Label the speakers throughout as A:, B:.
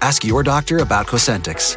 A: Ask your doctor about Cosentix.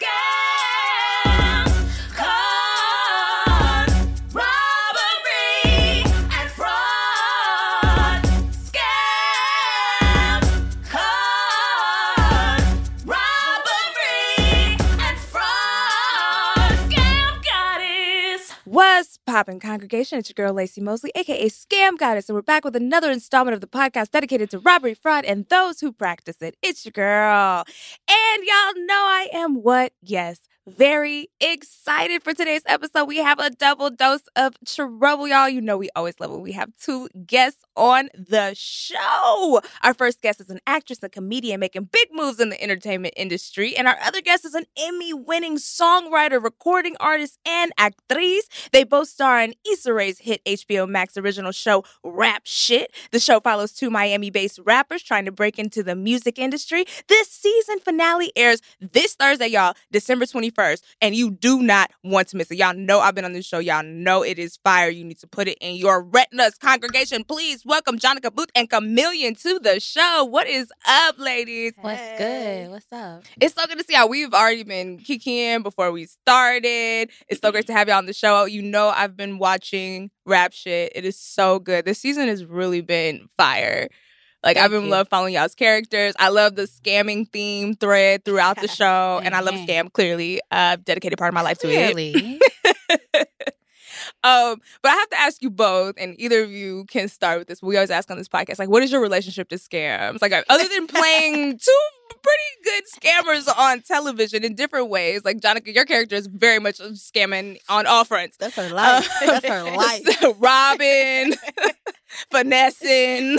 B: Scams, con, robbery, and fraud. Scams, con, robbery, and fraud. Scam goddess.
C: What's poppin', congregation? It's your girl Lacey Mosley, aka Scam Goddess, and we're back with another installment of the podcast dedicated to robbery, fraud, and those who practice it. It's your girl, and y'all know I am what? Yes, very excited for today's episode. We have a double dose of trouble, y'all. You know we always love when we have two guests on the show. Our first guest is an actress, a comedian making big moves in the entertainment industry, and our other guest is an Emmy-winning songwriter, recording artist, and actrice. They both star in Issa Rae's hit HBO Max original show, Rap Shit. The show follows two Miami based rappers trying to break into the music industry. This season finale airs this Thursday, y'all, December 21st, and you do not want to miss it. Y'all know I've been on this show. Y'all know it is fire. You need to put it in your retinas. Congregation, please welcome Jonica Booth and Chameleon to the show. What is up, ladies?
D: What's good? What's up?
C: It's so good to see y'all. We've already been kicking before we started. It's so great to have y'all on the show. You know, I've been watching rap shit. It is so good. This season has really been fire. Like I've
D: Thank
C: been
D: you.
C: love following y'all's characters. I love the scamming theme thread throughout the show, and I love
D: Amen.
C: scam. Clearly, uh, dedicated part of my life to it.
D: Clearly.
C: Um, but I have to ask you both, and either of you can start with this. We always ask on this podcast, like, what is your relationship to scams? Like, other than playing two pretty good scammers on television in different ways, like Jonica, your character is very much scamming on all fronts.
D: That's her life. That's her life.
C: Robin, finessing,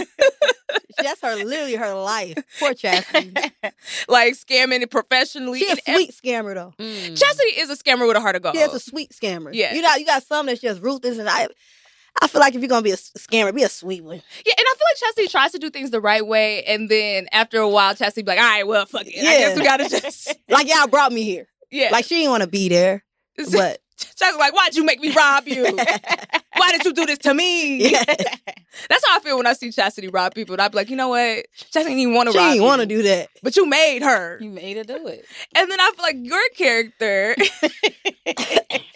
E: That's her literally her life. Poor Chastity.
C: like scamming it professionally.
E: She a
C: and
E: sweet
C: ev-
E: scammer though.
D: Mm.
C: Chastity is a scammer with a heart of gold.
E: She is a sweet scammer.
C: Yeah.
E: You know, you got some that's just ruthless and I I feel like if you're gonna be a s- scammer, be a sweet one.
C: Yeah, and I feel like Chastity tries to do things the right way, and then after a while, Chastity be like, "All right, well, fuck it. I guess we gotta just
E: Like y'all brought me here.
C: yeah."
E: Like she didn't want to be there, but
C: Chastity's like, "Why'd you make me rob you? Why did you do this to me?"
E: yeah,
C: That's how I feel when I see Chastity rob people. And I'd be like, "You know what? Chastity didn't want
E: she
C: to rob
E: didn't
C: you,
E: want to do that.
C: but you made her."
D: You made her do it.
C: And then I feel like your character,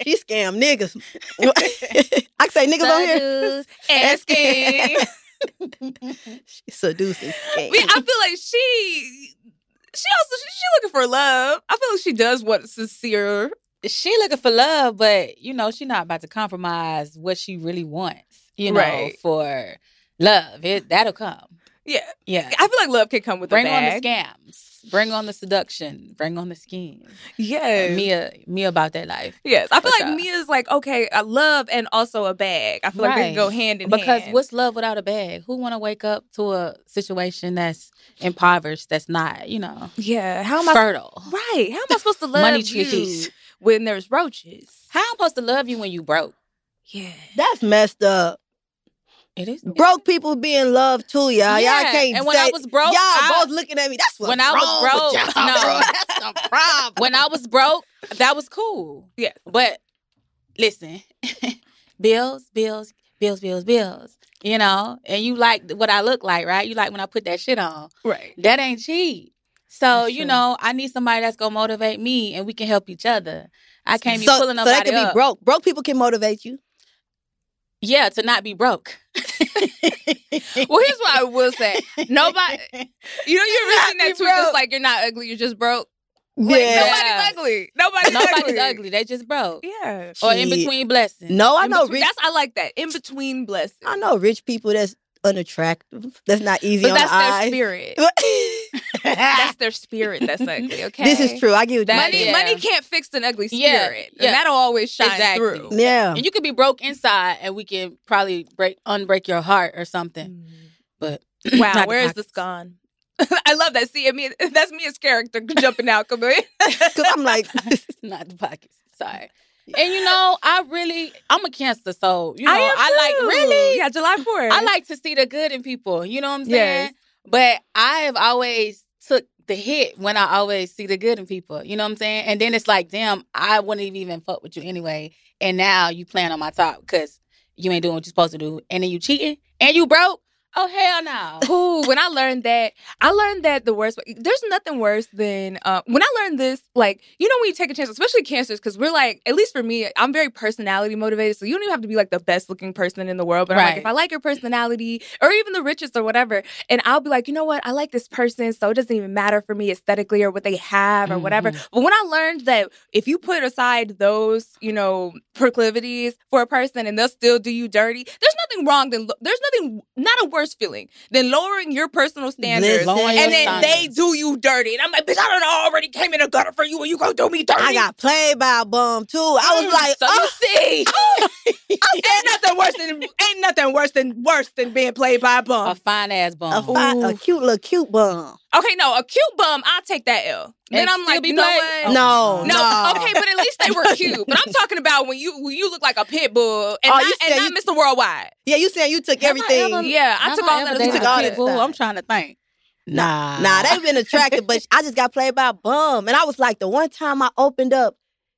E: She scammed niggas. I can say niggas on here.
D: Seduce.
C: asking,
E: She seducing.
C: I mean, I feel like she. She also she, she looking for love. I feel like she does want sincere.
D: she looking for love, Uh, but you know she not about to compromise what she really wants. You know,
C: Right.
D: for love, it that'll come.
C: Yeah,
D: Yeah,
C: I feel like love can come with
D: bring
C: a
D: on the
C: bag.
D: scams, bring on the seduction, bring on the scheme.
C: Yes.
D: Mia, Mia uh, about that life.
C: Yes, I feel
D: For
C: like
D: sure.
C: Mia's like okay, I love and also a bag. I feel like they can
D: Right.
C: go hand in
D: Because
C: hand.
D: what's love without a bag? Who want to wake up to a situation that's impoverished, that's not, you know,
C: yeah? How am I
D: fertile?
C: right? How am I supposed to love
D: Money
C: you
D: trees.
C: when there's roaches?
D: How am I supposed to love you when you broke?
C: Yeah,
E: That's messed up.
D: It is
E: Broke people being loved too, y'all. y'all
D: Yeah,
E: can't.
D: and when I
E: say-
D: was broke,
E: y'all
D: I-
E: both looking at me. That's what's
D: when I was
E: wrong
D: broke,
E: with y'all,
D: no.
E: bro. That's the problem.
D: When I was broke, that was cool.
C: Yeah.
D: But listen, bills, bills, bills, bills, bills. You know, and you like what I look like, right? You like when I put that shit on.
C: right.
D: That ain't cheap. So
E: That's
D: you
E: true.
D: know, I need somebody that's gonna motivate me, and we can help each other. I can't be
E: so,
D: pulling
E: so
D: nobody
E: that could
D: up.
E: be broke. Broke people can motivate you.
D: Yeah, to not be broke.
C: Well, here's what I will say. Nobody, you know, you're risking that
D: be
C: tweet just
D: broke.
C: like you're not ugly, you're just broke. Like,
E: Yeah.
D: Yeah.
C: Nobody's ugly. Nobody's,
D: Nobody's
C: ugly.
D: ugly. They just broke.
C: Yeah.
D: Or in
E: Shit.
D: between blessings.
E: No, I
C: In
E: know
C: between-
E: rich.
C: That's I like that. In between blessings.
E: I know rich people that's unattractive. That's not easy
C: But
E: on
C: that's
E: the
C: their
E: eyes.
C: spirit. that's their spirit that's ugly, okay?
E: This is true. I give you
D: That-
C: Money
E: that.
D: yeah.
C: money can't fix an ugly spirit.
D: Yeah, yeah.
C: And that'll always shine
D: Exactly.
C: through.
E: Yeah.
D: And you could be broke inside, and we can probably break unbreak your heart or something.
C: Mm.
D: But
C: Wow,
D: Not
C: where is
D: pockets.
C: this gone? I love that. See, I mean, that's me as character jumping out. Come on.
E: Because I'm like,
D: not the pockets. Sorry. And you know, I really, I'm a cancer, so you know, I, like really,
C: Yeah, July 4th.
D: I like to see the good in people. You know what I'm saying?
C: Yes.
D: But I have always took the hit when I always see the good in people. You know what I'm saying? And then it's like, damn, I wouldn't have even fuck with you anyway. And now you playing on my top because you ain't doing what you're supposed to do, and then you cheating and you broke. Oh hell no!
C: Ooh, when I learned that, I learned that the worst. There's nothing worse than uh, when I learned this. Like you know, when you take a chance, especially cancers, because we're like, at least for me, I'm very personality motivated. So you don't even have to be like the best looking person in the world. But I'm like,
D: Right.
C: if I like your personality, or even the richest or whatever, and I'll be like, you know what, I like this person, so it doesn't even matter for me aesthetically or what they have or whatever. But when I learned that if you put aside those, you know, proclivities for a person and they'll still do you dirty, there's nothing wrong than there's nothing not a worse feeling than lowering your personal standards.
E: Listen,
D: Lowering
C: And
D: your
C: then they
D: standards.
C: do you dirty. And I'm like, bitch, I don't know, I already came in a gutter for you and you gonna do me dirty. Mm,
E: I got played by a bum too. I
D: Mm,
E: was like,
C: so
E: oh,
C: you see, ain't nothing worse than ain't nothing worse than worse than being played by a bum.
D: A fine ass bum.
E: a, fi- a cute little cute bum.
C: Okay, no, a cute bum, I'll take that L. Then
D: And
C: I'm
D: still
C: like,
D: be
C: you know
D: black?
C: what?
D: Oh,
E: no,
C: No,
E: no.
C: okay, but at least they were cute. But I'm talking about when you when you look like a pit bull and,
E: Oh,
C: not,
E: you
C: and
E: said
C: not Mr. Worldwide.
E: Yeah, you saying you took
D: Have I
E: everything.
D: ever-
C: Yeah, I
D: Have
C: took all
D: ever
C: that.
D: dated
E: took
D: a
E: all
D: pit
E: that
D: bull?
E: stuff.
D: I'm trying to think. Nah,
E: Nah, they've been attractive, but I just got played by a bum. And I was like, the one time I opened up,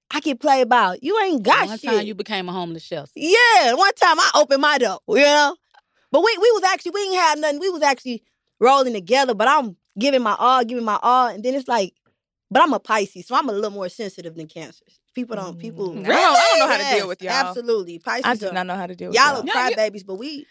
E: I get played by. You ain't got
D: One
E: shit.
D: time you became a homeless shelter.
E: yeah, one time I opened my door, you know? But we we was actually, we ain't had nothing. We was actually rolling together, but I'm giving my all, giving my all. And then it's like, but I'm a Pisces, so I'm a little more sensitive than cancers. People don't, people.
C: Mm, I don't- I don't know how to deal
E: Yes,
C: with y'all.
E: Absolutely. Pisces
C: I do
E: are-
C: not know how to deal with
E: Y'all are
C: y'all.
E: crybabies, but we.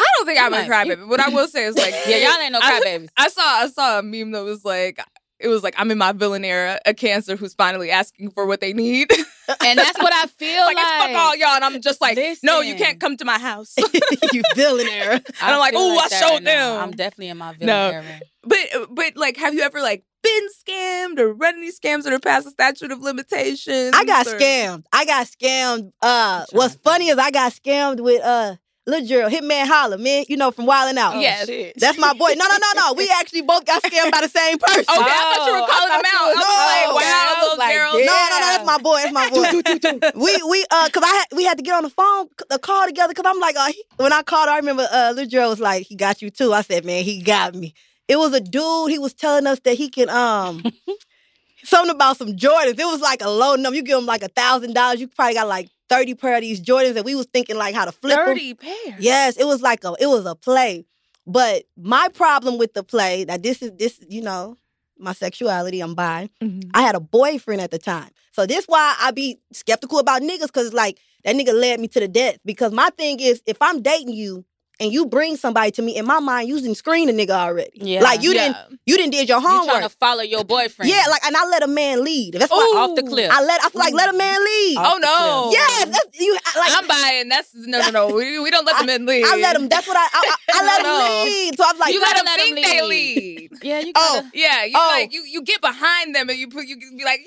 C: I don't think I'm a
D: Right.
C: crybaby. What I will say is like,
D: Yeah, y'all ain't no
C: I-
D: crybabies.
C: I saw I saw a meme that was like, it was like I'm in my villain era, a cancer who's finally asking for what they need. It's
D: and that's what I feel
C: like,
D: like.
C: it's fuck all y'all, and I'm just like, no, you
D: Listen.
C: can't come to my house.
E: you villainer.
C: And I'm like,
D: feel
C: "Ooh, I
D: that
C: showed
D: now.
C: them."
D: I'm definitely in my villain
C: No.
D: era.
C: but but like, have you ever like been scammed or run any scams that are past the statute of limitations?
E: I got
C: or-
E: scammed. I got scammed. Uh,
D: Good
E: what's
D: job.
E: funny is I got scammed with uh Lil Gerald, Hitman Holler, man. You know from Wildin' Out.
C: Oh, Yes.
D: shit.
E: That's my boy. No, no, no, no. We actually both got scammed by the same person.
C: Okay, I thought you
D: Oh,
C: were
D: I
C: calling them out. I was
D: thought you
E: were-
C: like, wow, little
D: No, like,
C: girl.
D: yeah.
E: No, no, no. That's my boy. That's my boy. we we uh, cause I had, we had to get on the phone, c- a call together. Cause I'm like, uh, he- when I called, I remember uh, Lil Gerald was like, he got you too. I said, man, he got me. It was a dude. He was telling us that he can um. Something about some Jordans. It was like a low number. You give him like a thousand dollars. You probably got like thirty pair of these Jordans, and we was thinking like how to flip 'em.
C: Dirty pair.
E: Yes, it was like a it was a play. But my problem with the play, now this is this, you know, my sexuality, I'm bi.
D: Mm-hmm.
E: I had a boyfriend at the time. So this why I be skeptical about niggas, cause like that nigga led me to the death. Because my thing is if I'm dating you and you bring somebody to me, in my mind, you didn't screen the nigga already.
D: Yeah.
E: Like you
C: Yeah.
E: didn't you didn't did your
D: You trying to
E: homework.
D: follow your boyfriend?
E: Yeah, like and I let a man lead. That's
C: Ooh.
E: why
D: off the cliff.
E: I let I feel like let a man lead.
D: Off
C: Oh no.
D: the cliff.
E: Yes, that's, you I- like
C: I'm buying. That's no, no, no. We, we don't let them in lead.
E: I let him. That's what I. I, I, I let
C: No.
E: him lead. So I was like,
C: you let
D: gotta
C: them
D: let 'em
C: think they lead.
D: lead. yeah, you
E: Oh.
D: gotta.
C: Yeah, you
E: Oh.
C: like you you get behind them and you put you can be like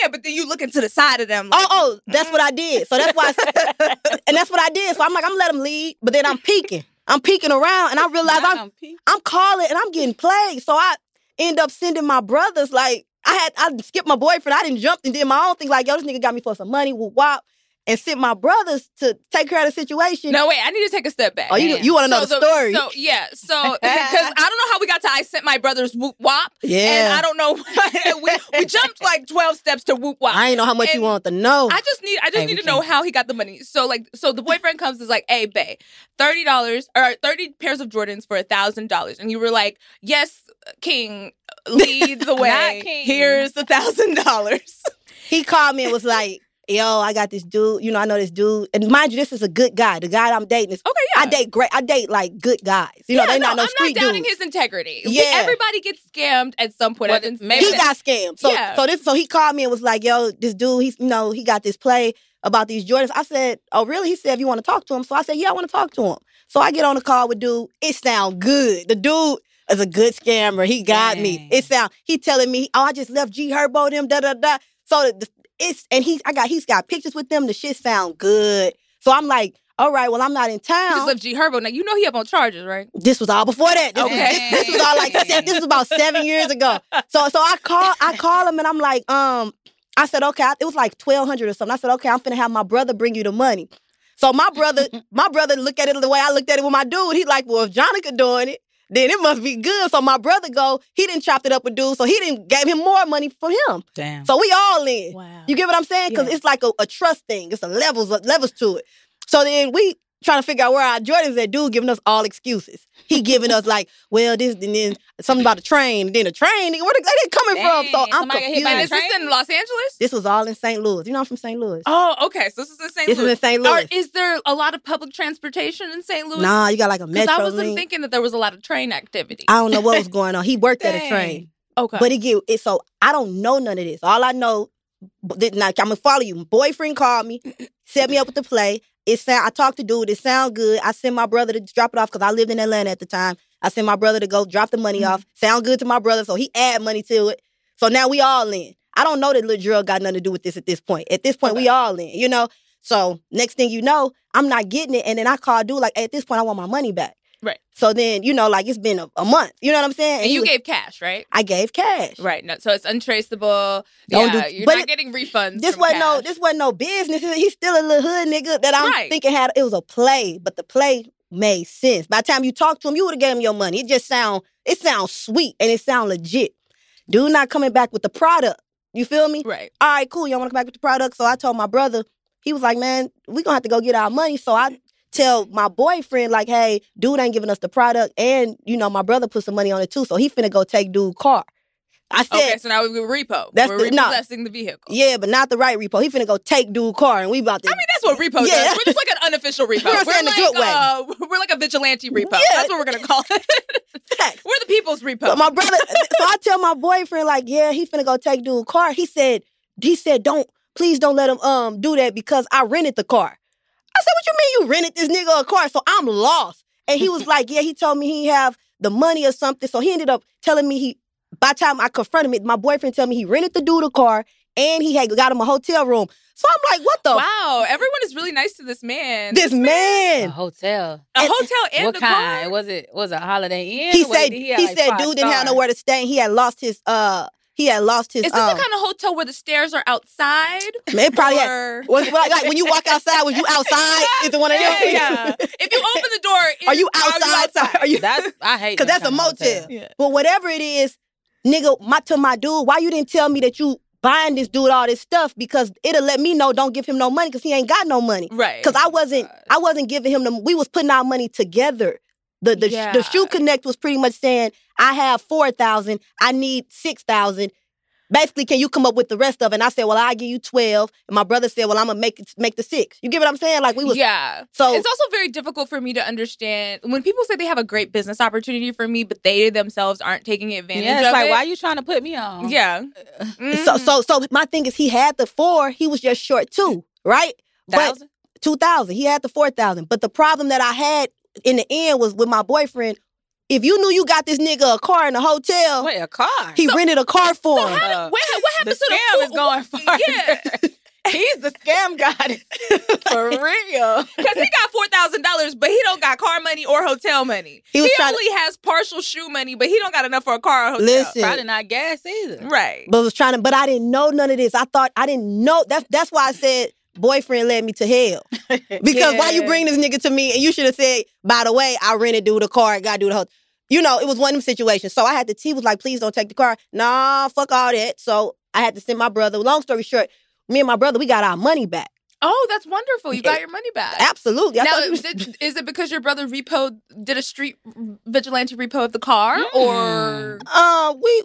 C: yeah, but then you looking to the side of them.
E: Oh,
C: Like,
E: oh, that's what I did. So that's why, I, and that's what I did. So I'm like, I'm let him lead, but then I'm peeking. I'm peeking around, and I realize
D: Not
E: I'm
D: on P.
E: I'm calling, and I'm getting played. So I end up sending my brothers. Like I had, I skipped my boyfriend. I didn't jump and did my own thing. Like yo, this nigga got me for some money. Whoop wop, and sent my brothers to take care of the situation.
C: no, wait, I need to take a step back.
E: oh, you
D: damn.
E: you want to know
C: So
E: the, story?
C: So yeah, so because I don't know how we got to I sent my brother's whoop wop, and
E: yeah,
C: I don't know we we jumped like twelve steps to whoop wop.
E: I ain't know how much you
C: and-
E: want to know.
C: I just need I just
D: Hey,
C: need
D: we
C: to know
D: can't-
C: how he got the money. So like so the boyfriend comes is like, hey, bae, thirty dollars or thirty pairs of Jordans for a thousand dollars. And you were like, Yes, King, leads the way.
D: King.
C: Here's the thousand dollars.
E: He called me and was like, "Yo, I got this dude. You know, I know this dude. And mind you, this is a good guy. The guy I'm dating is.
C: Okay,
E: I date great. I date like good guys. You know,
C: yeah,
E: they
C: no,
E: not no
C: I'm
E: street
C: not doubting
E: dudes.
C: his integrity.
E: Yeah.
C: everybody gets scammed at some point.
D: Well,
C: I've been-
D: maybe
E: he got scammed. So
C: Yeah.
E: so this so he called me and was like, "Yo, this dude, he's you know he got this play about these Jordans." I said, "Oh really?" He said, "If you want to talk to him," so I said, "Yeah, I want to talk to him." So I get on the call with dude. It sound good. The dude is a good scammer. He got me.
D: Dang.
E: It sound he telling me, "Oh, I just left G Herbo them da da da." So the, the- it's and he I got he's got pictures with them. The shit sound good. So I'm like, "All right, well I'm not in
C: You
E: town."
C: just left G Herbo. Now you know he up on charges, right?
E: This was all before that. This,
C: Okay.
E: was, this, this was all like se- this was about seven years ago. So so I call I call him and I'm like, um, I said okay. I- It was like twelve hundred or something. I said okay, I'm finna have my brother bring you the money. So my brother, my brother looked at it the way I looked at it with my dude. He like, well, if Jonica doing it, then it must be good. So my brother go, he didn't chopped it up with dude, so he didn't gave him more money for him.
D: Damn.
E: So we all in.
C: Wow.
E: You get what I'm saying? Because
C: Yeah.
E: it's like a, a trust thing. It's a levels levels to it. So then we trying to figure out where our Jordans at. Dude giving us all excuses. He giving us like, well, this and then something about a train. And then a train. Nigga, where the, they coming from? So
D: Dang,
E: I'm
D: somebody got hit by
C: And
D: the
C: is
E: confused.
D: train?
C: this in Los Angeles?
E: This was all in St. Louis. You know I'm from St. Louis.
C: Oh, okay. So this is in St.
E: this is
C: Louis.
E: in St.
C: Are,
E: Louis.
C: is there a lot of public transportation in St. Louis?
E: Nah, you got like a
C: because I
E: metro.
C: wasn't
E: link.
C: thinking that there was a lot of train activity.
E: I don't know what was going on. He worked at a train.
C: okay,
E: But it get it so I don't know none of this. All I know, did not, I'm gonna follow you. My boyfriend called me, set me up with the play. It sound I talked to dude. It sound good. I sent my brother to drop it off because I lived in Atlanta at the time. I sent my brother to go drop the money off.
C: Mm-hmm.
E: Sound good to my brother, so he add money to it. So now we all in. I don't know that little drill got nothing to do with this at this point. At this point, we all in. You know. So next thing you know, I'm not getting it, and then I call dude like, at this point, I want my money back.
C: Right.
E: So then you know, like it's been a, a month. You know what I'm saying?
C: and
E: he
C: you
E: was-
C: gave cash, right?
E: I gave cash.
C: Right. No, so it's untraceable.
E: Don't
C: yeah,
E: do-
C: you're
E: but
C: not
E: it-
C: getting refunds.
E: This
C: from
E: wasn't no
C: cash.
E: this wasn't no business. He's still a little hood nigga that I'm
C: Right.
E: thinking had it was a play, but the play made sense. By the time you talk to him, you would have gave him your money. It just sound it sounds sweet and it sound legit. Dude not coming back with the product. You feel me?
C: Right.
E: All right, cool. Y'all wanna come back with the product? So I told my brother, he was like, Man, we gonna have to go get our money. So I tell my boyfriend, like, hey, dude ain't giving us the product. And, you know, my brother put some money on it too. So he finna go take dude car. I said,
C: Okay, so now we repo.
E: That's
C: We're
E: the- no.
C: repossessing the vehicle.
E: Yeah, but not the right repo. He finna go take dude car and we about to.
C: I mean, that's what repo
E: Yeah.
C: does. We're just like an unofficial repo.
E: We're saying the
C: like,
E: good way.
C: uh, we're like a vigilante repo.
E: Yeah.
C: That's what we're gonna call it.
E: Facts.
C: we're the people's repo.
E: So my brother, so I tell my boyfriend like, yeah, he finna go take dude car. He said, he said, don't, please don't let him um do that because I rented the car. I said, what you mean you rented this nigga a car? So I'm lost. And he was like, yeah, he told me he have the money or something. So he ended up telling me he. By the time I confronted him, my boyfriend told me he rented the dude a car and he had got him a hotel room. So I'm like, what the? f-
C: wow, everyone is really nice to this man.
E: This
D: A
E: man.
D: hotel.
E: Uh,
C: a hotel and
D: what
C: the
D: kind?
C: car.
D: Was it was it a Holiday Inn?
E: he
D: Was
E: said
D: it-
E: he,
D: had, like,
E: said
D: five
E: dude didn't have
D: stars?
E: nowhere to stay. and He had lost his uh he had lost his
C: Is this the
E: um,
C: kind of hotel where the stairs are outside?
E: it probably had,
C: Or-
E: was, like, like when you walk outside was you outside is the one of them
C: yeah, yeah. If you open the door, it-
E: are you outside are you
D: That's I hate
E: because
D: that
E: that's a
D: kind of
E: motel
D: hotel.
C: Yeah.
E: but whatever it is nigga my to my dude why you didn't tell me that you buying this dude all this stuff because it'll let me know don't give him no money because he ain't got no money
C: right?
E: because I wasn't I wasn't giving him the we was putting our money together. The the,
C: Yeah.
E: the shoe connect was pretty much saying I have four thousand, I need six thousand. Basically, can you come up with the rest of it? And I said, Well, I'll give you twelve. And my brother said, Well, I'm gonna make it make the six. You get what I'm saying? Like we was
C: yeah.
E: so
C: It's also very difficult for me to understand when people say they have a great business opportunity for me, but they themselves aren't taking advantage
D: Yeah, it's
C: of
D: like
C: it.
D: why you trying to put me on?
C: yeah. Mm.
E: so so
C: mm-hmm.
E: so my thing is he had the four, he was just short two, right? But
D: Thousand?
E: two thousand. He had the four thousand. But the problem that I had in the end was with my boyfriend. If you knew you got this nigga a car in a hotel,
D: Wait, a car.
E: he rented a car for him.
D: Uh,
C: Wait, what
D: the
C: happens to
D: scam
C: the
D: is going far.
C: Yeah.
D: He's the scam goddess for real.
C: Because he got four thousand dollars, but he don't got car money or hotel money.
E: He
C: He,
E: was trying to-
C: only has partial shoe money, but he don't got enough for a car or hotel.
E: Listen,
D: Probably not gas either.
C: Right.
E: but was trying to, but I didn't know none of this. I thought I didn't know. That's that's why I said boyfriend led me to hell. Because why you
C: Yeah.
E: bring this nigga to me and you should have said, by the way, I rented dude a car, got dude the whole. You know, it was one of them situations. So I had to. He was like, please don't take the car. Nah, fuck all that. So I had to send my brother. Long story short, me and my brother, we got our money back.
C: Oh, that's wonderful. You got your money back.
E: Absolutely. I
C: Now,
E: thought you was-
C: did- is it because your brother repo did a street vigilante repo of the car, or
E: Uh, we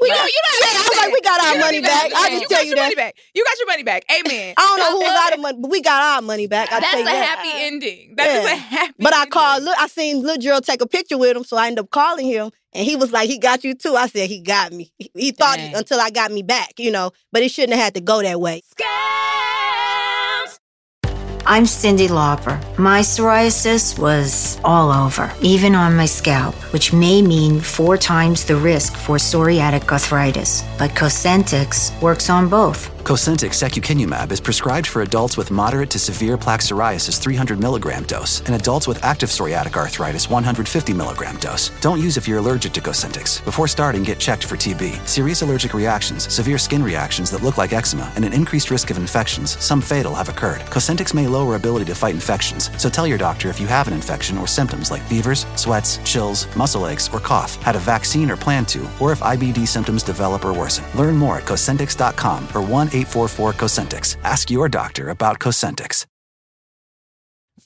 E: We
C: No,
E: got,
C: you don't have
E: yeah,
C: to
E: I was
C: say
E: like,
C: it.
E: we got our
C: You don't
E: money
C: even have
E: back.
C: to
E: I'll
C: say it.
E: just
C: You
E: tell
C: got
E: you
C: your
E: that.
C: money back. You got your money back. Amen.
E: I don't know who
C: I
E: was
C: love
E: out
C: it.
E: of money, but we got our money back. I
C: That's
E: tell
C: a
E: you that.
C: happy ending. That is
E: Yeah.
C: a happy.
E: But I
C: ending.
E: called. Look, I seen Lil Drill take a picture with him, so I ended up calling him, and he was like, "He got you too." I said, "He got me." He, he thought
D: Dang.
E: until I got me back, you know. But it shouldn't have had to go that way.
B: Scams.
F: I'm Cindy Lauper. My psoriasis was all over, even on my scalp, which may mean four times the risk for psoriatic arthritis. But Cosentix works on both.
A: Cosentyx secukinumab is prescribed for adults with moderate to severe plaque psoriasis 300 milligram dose and adults with active psoriatic arthritis 150 milligram dose. Don't use if you're allergic to Cosentyx. Before starting, get checked for TB, serious allergic reactions, severe skin reactions that look like eczema, and an increased risk of infections, some fatal, have occurred. Cosentyx may lower ability to fight infections, so tell your doctor if you have an infection or symptoms like fevers, sweats, chills, muscle aches, or cough, had a vaccine or plan to, or if IBD symptoms develop or worsen. Learn more at Cosentix.com or 1 844 Cosentix. Ask your doctor about Cosentix.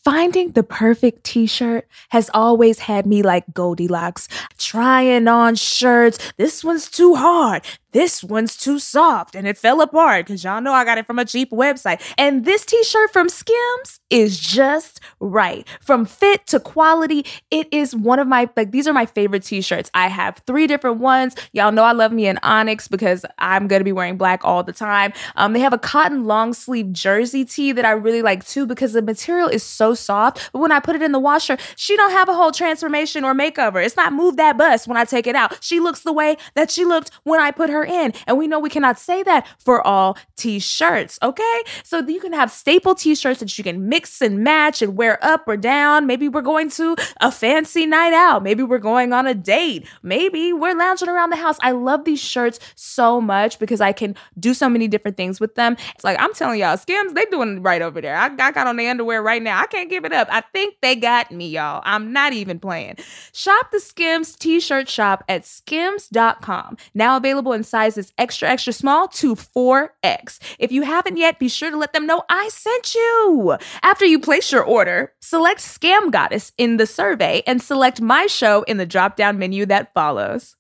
G: Finding the perfect t shirt has always had me like Goldilocks, trying on shirts. This one's too hard. This one's too soft. And it fell apart because y'all know I got it from a cheap website. And this t shirt from Skims is just right. From fit to quality, it is one of my, like, these are my favorite t shirts. I have three different ones. Y'all know I love me an Onyx because I'm going to be wearing black all the time. Um, they have a cotton long sleeve jersey tee that I really like too because the material is so soft. But when I put it in the washer, she don't have a whole transformation or makeover. It's not move that bust when I take it out. She looks the way that she looked when I put her in. And we know we cannot say that for all t-shirts, okay? So you can have staple t-shirts that you can mix and match and wear up or down. Maybe we're going to a fancy night out. Maybe we're going on a date. Maybe we're lounging around the house. I love these shirts so much because I can do so many different things with them. It's like I'm telling y'all, Skims, they doing it right over there. I, I got on the underwear right now. I can't give it up. I think they got me, y'all. I'm not even playing. Shop the Skims t-shirt shop at skims.com. Now available in sizes extra extra small to 4X. If you haven't yet, be sure to let them know I sent you. After you place your order, select Scam Goddess in the survey and select my show in the drop-down menu that follows.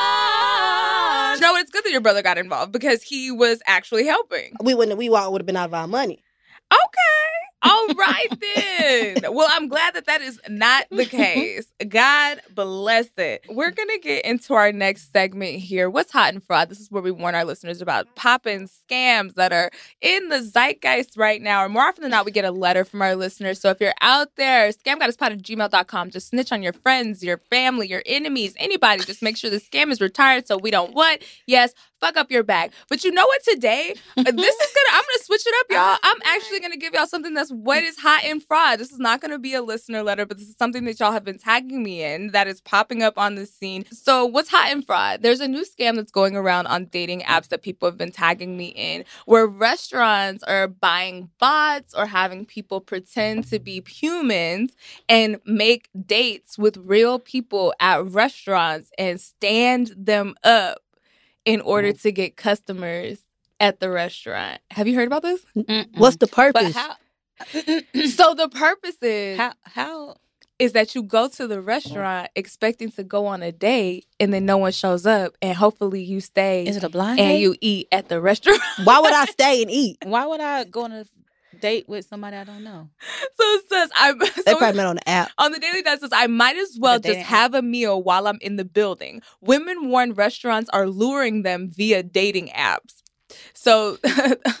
B: Cons.
C: You know, what? it's good that your brother got involved because he was actually helping.
E: We wouldn't. We all would have been out of our money.
C: Okay. All right then. Well, I'm glad that that is not the case. God bless it. We're going to get into our next segment here. What's hot and fraud? This is where we warn our listeners about popping scams that are in the zeitgeist right now. Or more often than not, we get a letter from our listeners. So if you're out there, scamgoddesspot at gmail.com, just snitch on your friends, your family, your enemies, anybody. Just make sure the scam is retired so we don't what? Yes, fuck up your back. But you know what today? Uh, this is gonna i'm gonna switch it up y'all i'm actually gonna give y'all something that's what is hot in fraud this is not gonna be a listener letter but this is something that y'all have been tagging me in that is popping up on the scene so what's hot in fraud there's a new scam that's going around on dating apps that people have been tagging me in where restaurants are buying bots or having people pretend to be humans and make dates with real people at restaurants and stand them up in
D: Mm-hmm.
C: order to get customers at the restaurant. Have you heard about this?
D: Mm-mm.
E: What's the
D: Mm. but
E: purpose?
D: how?
C: so the purpose is
D: how? Mm-hmm. How?
C: is that you go to the restaurant expecting to go on a date and then no one shows up and hopefully you stay
D: Is it a blind?
C: and
D: date?
C: you eat at the restaurant.
E: Why would I stay and eat?
D: Why would I go on a date with somebody I don't know?
C: so it says I
E: They
C: so
E: probably met on the app.
C: on the daily that says I might as well
D: But they
C: just
D: didn't.
C: have a meal while I'm in the building. Women warn restaurants are luring them via dating apps. So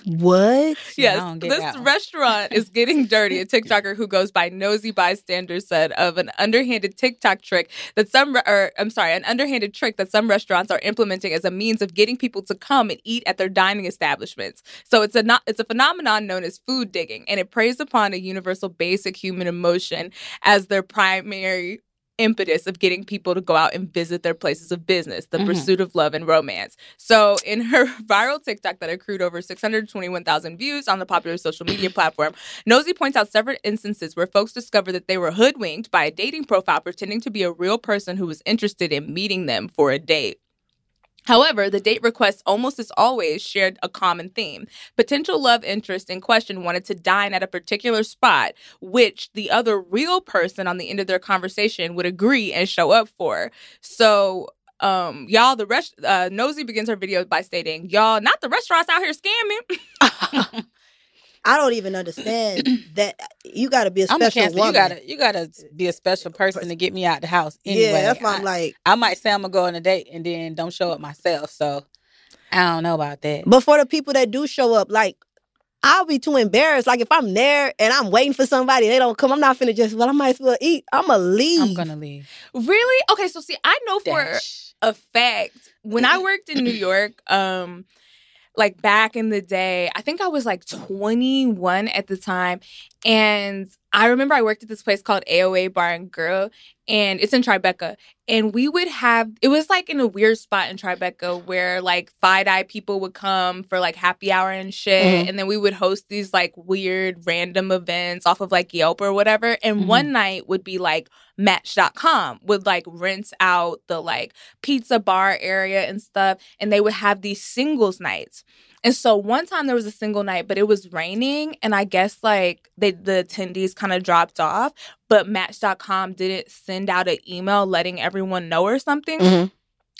E: What?
D: Yeah, I
C: Yes,
D: don't get
C: this
D: that one.
C: restaurant is getting dirty. A TikToker who goes by Nosy Bystander said of an underhanded TikTok trick that some, re- or I'm sorry, an underhanded trick that some restaurants are implementing as a means of getting people to come and eat at their dining establishments. So it's a not, it's a phenomenon known as food digging, and it preys upon a universal basic human emotion as their primary impetus of getting people to go out and visit their places of business, the
D: Mhm.
C: pursuit of love and romance. So, in her viral TikTok that accrued over 621,000 views on the popular social media platform, Nosy points out several instances where folks discovered that they were hoodwinked by a dating profile pretending to be a real person who was interested in meeting them for a date. However, the date requests almost as always shared a common theme. Potential love interest in question wanted to dine at a particular spot, which the other real person on the end of their conversation would agree and show up for. So Um, y'all, the rest uh, Nosy begins her video by stating, "Y'all, not the restaurants out here scamming."
E: I don't even understand that. You got to be a
D: I'm
E: special
D: a chance,
E: woman.
D: you gotta you gotta be a special person to get me out the house anyway.
E: yeah, that's why
D: I-
E: I'm like.
D: I might say I'm gonna go on a date and then don't show up myself. So I don't know about that.
E: But for the people that do show up, like I'll be too embarrassed. Like if I'm there and I'm waiting for somebody, they don't come. I'm not finna just. Well, I might as well eat. I'ma leave.
D: I'm gonna leave.
C: really? Okay, so see, I know for
D: Dash.
C: a fact when I worked in New York, um, like back in the day, I think I was like 21 at the time, and I remember I worked at this place called AOA Bar and Grill, and it's in Tribeca, and we would have it was like in a weird spot in Tribeca where like five eye people would come for like happy hour and shit,
D: Mhm.
C: and then we would host these like weird random events off of like Yelp or whatever, and
D: Mhm.
C: one night would be like Match.com would like rinse out the like pizza bar area and stuff, and they would have these singles nights. And so one time there was a single night, but it was raining, and I guess like they, the attendees kind of dropped off, but Match.com didn't send out an email letting everyone know or something.
E: Mhm.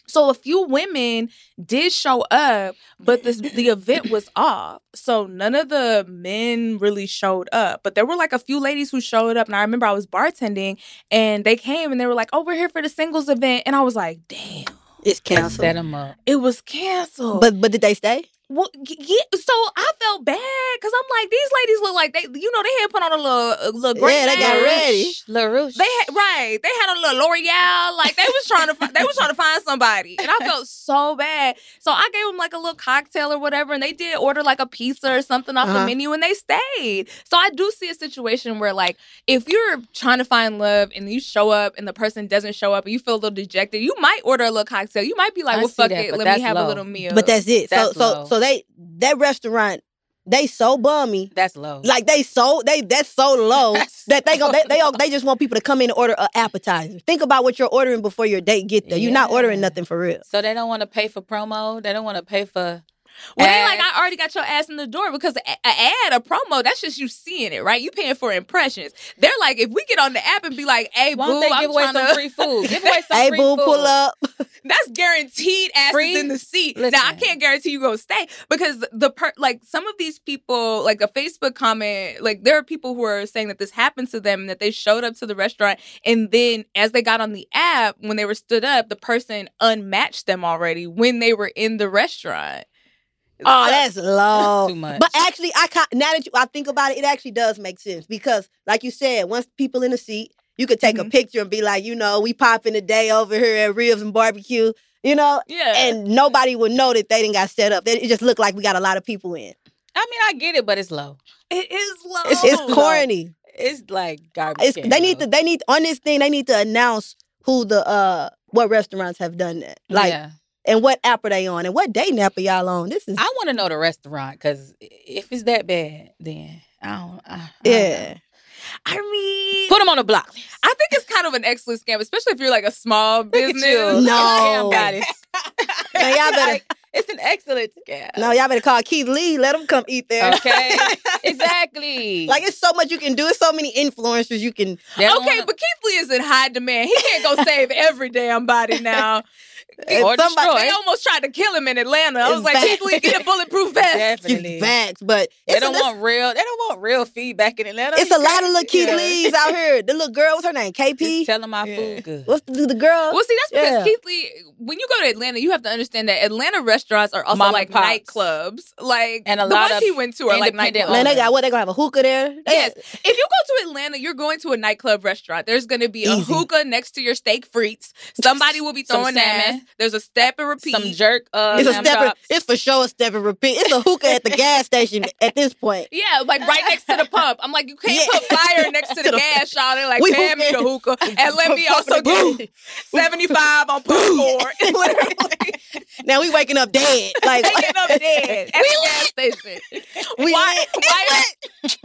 C: So a few women did show up, but this, the event was off. So none of the men really showed up, but there were like a few ladies who showed up. And I remember I was bartending, and they came and they were like, "Oh, we're here for the singles event," and I was like, "Damn."
E: It's
D: Set
E: canceled.
D: them up.
C: It was canceled.
E: But but did they stay?
C: well, y- yeah, so I felt bad because I'm like, these ladies look like they, you know, they had put on a little, a little great.
E: Yeah, they got
C: man.
E: ready.
D: LaRouche.
C: They had right. They had a little L'Oreal. Like they was trying to, fi- they was trying to find somebody, and I felt so bad. So I gave them like a little cocktail or whatever, and they did order like a pizza or something off the
E: Uh-huh.
C: menu, and they stayed. So I do see a situation where like if you're trying to find love and you show up and the person doesn't show up and you feel a little dejected, you might order a little cocktail. You might be like,
D: I
C: well,
D: see
C: fuck
D: that,
C: it,
D: but
C: let
D: that's
C: me have a
D: low.
C: little meal.
E: But that's it. so
D: That's
E: so
D: low.
E: so they that restaurant they so bummy.
D: That's low.
E: Like they so they that's so low
D: That's
E: that they go they, they they just want people to come in and order an appetizer. Think about what you're ordering before your date get there. You're not
D: Yeah.
E: ordering nothing for real.
D: so they don't want to pay for promo. They don't want to pay for.
C: Well, they like,
D: ads.
C: I already got your ass in the door because an ad, a promo, that's just you seeing it, right? You paying for impressions. They're like, if we get on the app and be like, hey,
D: Why don't
C: boo,
D: they
C: I'm
D: give away
C: trying
D: some
C: to,
D: free food? Give away some
E: Hey
D: free
E: boo,
D: food.
E: pull up.
C: that's guaranteed asses
D: Free?
C: in the seat. Now, I
D: Listen.
C: can't guarantee you gonna stay because the per, like some of these people, like a Facebook comment, like there are people who are saying that this happened to them and that they showed up to the restaurant and then as they got on the app, when they were stood up, the person unmatched them already when they were in the restaurant.
E: Oh, that's low.
D: Too much.
E: But actually, I ca- now that you, I think about it, it actually does make sense because, like you said, once people in the seat, you could take a
D: Mm-hmm.
E: picture and be like, you know, we popping today over here at Ribs and Barbecue, you know,
C: yeah.
E: and nobody would know that they didn't got set up. They- It just looked like we got a lot of people in.
D: I mean, I get it, but it's low.
C: it is low.
D: It's-
E: It's
D: Oh.
E: corny.
D: It's like garbage.
E: It's
D: can
E: they need
D: low.
E: to they need on this thing they need to announce who the uh what restaurants have done that like
D: Yeah.
E: and what app are they on and what dating app are y'all on. This is
D: I want to know the restaurant because if it's that bad, then I don't. I, I don't
E: yeah.
D: know.
C: I mean,
D: Put them on the block.
C: I think it's kind of an excellent scam, especially if you're like a small business.
D: you.
E: No.
D: Scam goddess.
E: Now y'all better
D: Like, it's an excellent scam.
E: no y'all better call Keith Lee. Let him come eat there.
D: Okay. exactly.
E: Like it's so much you can do. It's so many influencers you can.
D: They don't
C: Okay,
D: wanna-
C: but Keith Lee is in high demand. He can't go save every damn body now.
E: If
D: Or
C: They
D: destroy.
C: almost tried to kill him in Atlanta. I was
E: It's
C: like,
E: bad.
C: Keith Lee, get a bulletproof vest.
D: Definitely.
E: facts, but
D: They
E: it's,
D: don't
E: a, it's-
D: want real. They don't want real feedback in Atlanta.
E: it's a lot of little Keith
D: Yeah.
E: Lees out here. The little girl, what's her name?
D: Just
E: KP.
D: tell them my food good.
E: What's the, the girl?
C: Well, see, that's because
E: Yeah.
C: Keith Lee, when you go to Atlanta, you have to understand that Atlanta restaurants are also
D: Mom and
C: like
D: pops.
C: nightclubs. Like,
D: And a
C: the
D: lot
C: ones
D: of
C: he went to are like
D: independent
C: nightclubs.
E: Oh, Man, they got what? They gonna have a hookah there. They-
C: Yes. If you go to Atlanta, you're going to a nightclub restaurant. There's going to be a
E: Easy.
C: hookah next to your steak frites. Somebody will be
D: Some
C: throwing ass.
D: salmon.
C: There's a step and repeat.
D: Some jerk.
C: Oh,
D: Uh,
E: It's a
D: lamb
E: step. and-
D: chops.
E: It's for sure a step and repeat. It's a hookah at the gas station at this point.
C: yeah, like right next to the pump. I'm like, you can't
E: Yeah.
C: put fire next to the
E: To the-
C: gas, y'all. They're like,
E: We
C: hand me the hookah and let me also get 75 on pump four. Literally
E: Now we waking up dead. Like
C: hanging up dead at the gas station.
E: we
C: Why,
E: lit.
C: why,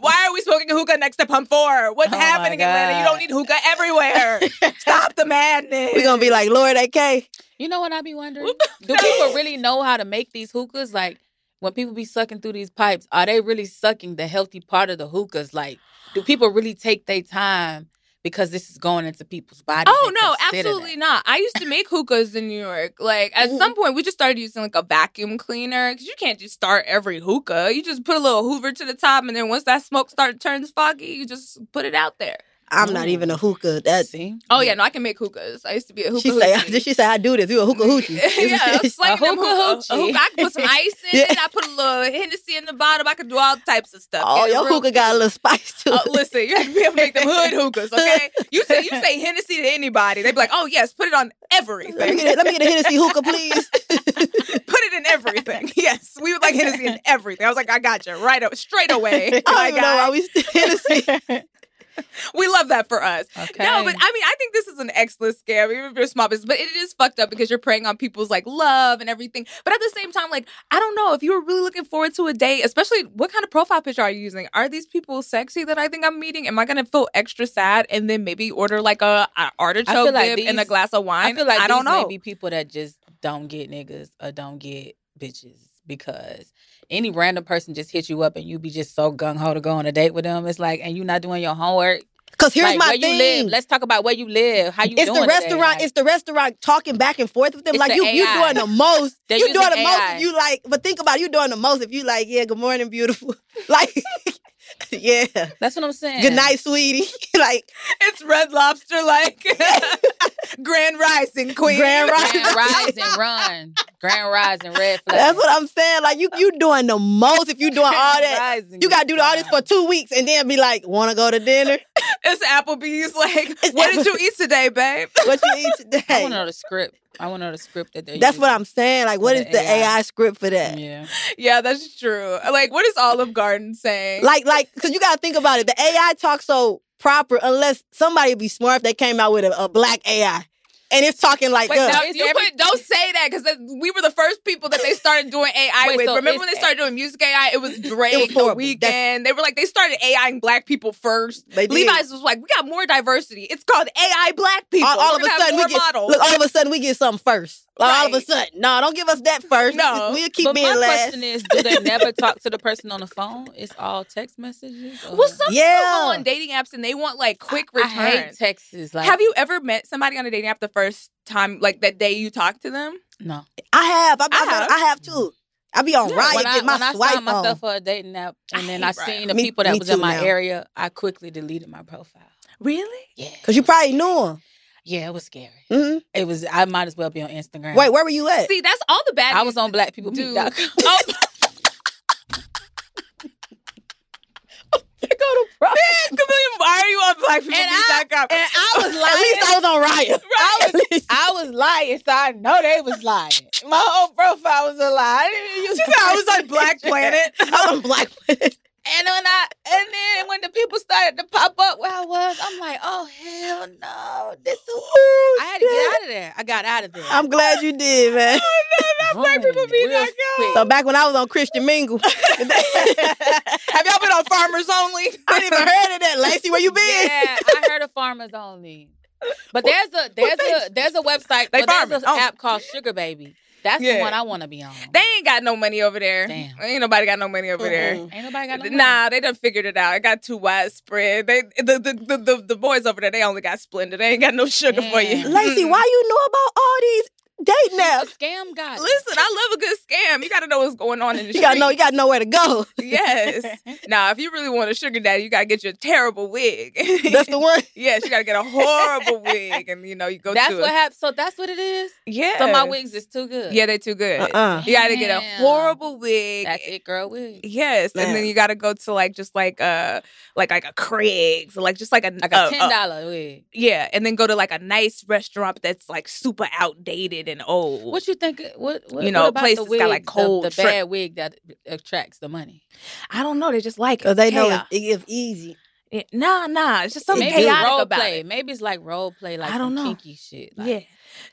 C: why are we smoking hookah next to pump four? What's
D: Oh my
C: happening in Atlanta? You don't
D: God.
C: need hookah everywhere. Stop the madness.
E: we gonna be like Lord AK.
D: You know what I be wondering? Do people really know how to make these hookahs? Like when people be sucking through these pipes, are they really sucking the healthy part of the hookahs? Like, do people really take their time because this is going into people's bodies.
C: Oh
D: and
C: no,
D: consider
C: absolutely
D: that.
C: not. I used to make hookahs in New York. Like at some point, we just started using like a vacuum cleaner because you can't just start every hookah. You just put a little Hoover to the top, and then once that smoke starts turns foggy, you just put it out there.
E: I'm not even a hookah. That
D: See,
C: Oh yeah, no, I can make hookahas. I used to be a hookah.
E: she say,
C: hoochie.
E: she say, I do this. You a hookah hoochie.
C: yeah, I was slinging them
D: hookah
C: hookah- a
D: hoochie.
C: hookah. I could put some ice in
E: Yeah.
C: it. I put a little Hennessy in the bottom. I could do all types of stuff.
E: oh,
C: Get it
E: your
C: real
E: hookah got a little spice to
C: Oh,
E: it.
C: listen, you have to be able to make them hood hookahs, okay? You say you say Hennessy to anybody, they'd be like, "Oh yes, put it on
E: Let me,
C: everything.
E: get a, let me get a Hennessy hookah, please.
C: Put it in everything." Yes, we would like Hennessy in everything. I was like, "I got you right o- straight away."
E: I
C: Oh My
E: don't even know why
C: guy,
E: we still Hennessy.
C: we love that for us.
D: okay.
C: No, but I mean, I think this is an excellent scam, even if you're a small business. But it is fucked up because you're preying on people's like love and everything. But at the same time, like I don't know if you were really looking forward to a date, especially what kind of profile picture are you using? Are these people sexy that I think I'm meeting? Am I gonna feel extra sad and then maybe order like a, a artichoke
D: like
C: dip and a
D: these-
C: glass of
D: I
C: wine?
D: feel like
C: I don't
D: these may
C: know.
D: be people that just don't get niggas or don't get bitches because any random person just hit you up and you be just so gung ho to go on a date with them. It's like, and you not doing your homework.
E: Because here's
D: Like,
E: my
D: where
E: thing.
D: you live. Let's talk about where you live. How you
E: it's
D: doing
E: the
D: today,
E: restaurant.
D: like-
E: it's the restaurant talking back and forth with them.
D: It's
E: like
D: the
E: you, you
D: AI.
E: doing the most.
D: They're
E: you doing
D: using
E: the most.
D: AI.
E: If you like, but think about it, you doing the most. If you like, yeah, good morning, beautiful. Like, yeah,
D: that's what I'm saying.
E: good night, sweetie. like,
C: It's Red Lobster, like Grand Rising Queen.
E: Grand Rising.
D: Grand rise and run. Grand rise and red flag.
E: that's what I'm saying. Like, you, you doing the most. If you doing all that, you gotta do all this for two weeks and then be like, wanna go to dinner?
C: It's Applebee's. Like, what did you eat today, babe?
E: What you eat
D: I want to
E: today?
D: know the script. I want to know the script that they.
E: That's what I'm saying. Like, what is the AI script for that?
D: Yeah.
C: yeah, that's true. Like, what is Olive Garden saying?
E: Like, like, cause you gotta think about it. The AI talks so proper unless somebody be smart if they came out with a, a black AI. And it's talking like
C: Wait,
E: us.
C: no,
D: It's
C: you
D: every-
C: put, don't say that because we were the first people that they started doing AI
D: Wait,
C: with.
D: so
C: Remember when
D: it's-
C: they started doing music AI? It was Drake, The
E: horrible.
C: Weeknd.
E: That's-
C: They were like, they started AIing black people first.
E: They did.
C: Levi's was like, we got more diversity. It's called AI black people.
E: all, all
C: We're
E: of a
C: gonna have
E: sudden we
C: more
E: get
C: models.
E: look. All of a sudden we get something first. Like, All of a
C: Right.
E: sudden, no, don't give us that first.
C: No.
E: we'll keep
D: but
E: being
D: my
E: last.
D: question is, do they never talk to the person on the phone? It's all text messages. or-
C: well, some people
E: Yeah.
C: go on dating apps and they want like quick
D: I
C: returns.
D: hate texts. Like,
C: have you ever met somebody on a dating app the first time, like that day you talked to them?
D: No.
E: I have. I, I,
C: I
E: have.
C: have.
E: I have too. I be on
C: Yeah,
E: Riot
D: when I,
E: get my
D: when I
E: swipe
D: signed myself
E: on.
D: for a dating app,
C: I
D: and then I
C: hate Ryan.
D: seen the
E: Me-
D: people that
E: me
D: was in
E: too
D: my
E: now.
D: area, I quickly deleted my profile.
C: Really?
D: Yeah,
E: Cause you probably knew him.
D: yeah, it was scary.
E: Mhm.
D: It was. I might as well be on Instagram.
E: Wait, where were you at?
C: See, that's all the bad.
D: I
C: news
D: was on
C: Dude.
D: blackpeoplemeet.com.
C: Oh. Chameleon, why are you on blackpeoplemeet.com?
D: and I was lying.
E: At least I was on Riot.
D: I was, I was lying, so I know they was lying. My whole profile was a lie. I didn't even use
C: She said I was on Black Planet.
E: I was on Black. Planet.
D: And when I and then when the people started to pop up where I was, I'm like, oh hell no, this is.
E: Oh,
D: I had to get out of there. I got out of there.
E: I'm glad you did, man.
D: black people being like,
C: "Oh."
E: So back when I was on Christian Mingle,
C: Have y'all been on Farmers Only?
E: I didn't even heard of that. Lacey, where you been?
D: Yeah, I heard of farmers only. But there's a there's a there's a website
C: They
D: well, there's
C: farmers
D: an
C: only.
D: app called Sugar Baby. That's the
C: Yeah.
D: one I want to be on.
C: They ain't got no money over there.
D: Damn.
C: Ain't nobody got no money over there.
D: Ain't nobody got no money.
C: Nah, they done figured it out. It got too widespread. They the the, the, the, the boys over there, they only got Splendor. They ain't got no sugar for you.
D: Damn.
E: Lacey, why you know about all these dating apps?
D: She's a scam guy.
C: Listen, I love a good scam. You gotta know what's going on in the
E: You gotta know. You
C: streets.
E: gotta know where to go.
C: Yes. Now, if you really want a sugar daddy, you gotta get you a terrible wig.
E: That's the one.
C: yes, you gotta get a horrible wig, and you know you go
D: That's
C: to
D: what
C: a-
D: happened. So that's what it is.
C: Yeah.
D: So my wigs is too good.
C: Yeah, they too good.
E: Uh-uh.
C: You gotta get a
D: Damn.
C: horrible wig.
D: That's it, girl. Wig.
C: Yes, and
E: Man.
C: then you got to go to like just like uh like like a Craig's, like just like a
D: Like a ten
C: uh, uh,
D: dollar wig.
C: yeah, and then go to like a nice restaurant that's like super outdated and old.
D: What you think? uh, What, what
C: You know,
D: what about
C: place
D: the
C: that's
D: wig?
C: got, like, cold
D: the, the
C: shrimp.
D: bad wig that attracts the money.
C: I don't know, they just like
E: Cause they know
C: chaos.
E: it, it's easy.
C: Yeah, Nah, nah, it's just something
D: Maybe it's
C: chaotic
D: role
C: about
D: play.
C: it.
D: Maybe it's like role play, like
C: I don't
D: some
C: know.
D: kinky shit. Like,
C: Yeah,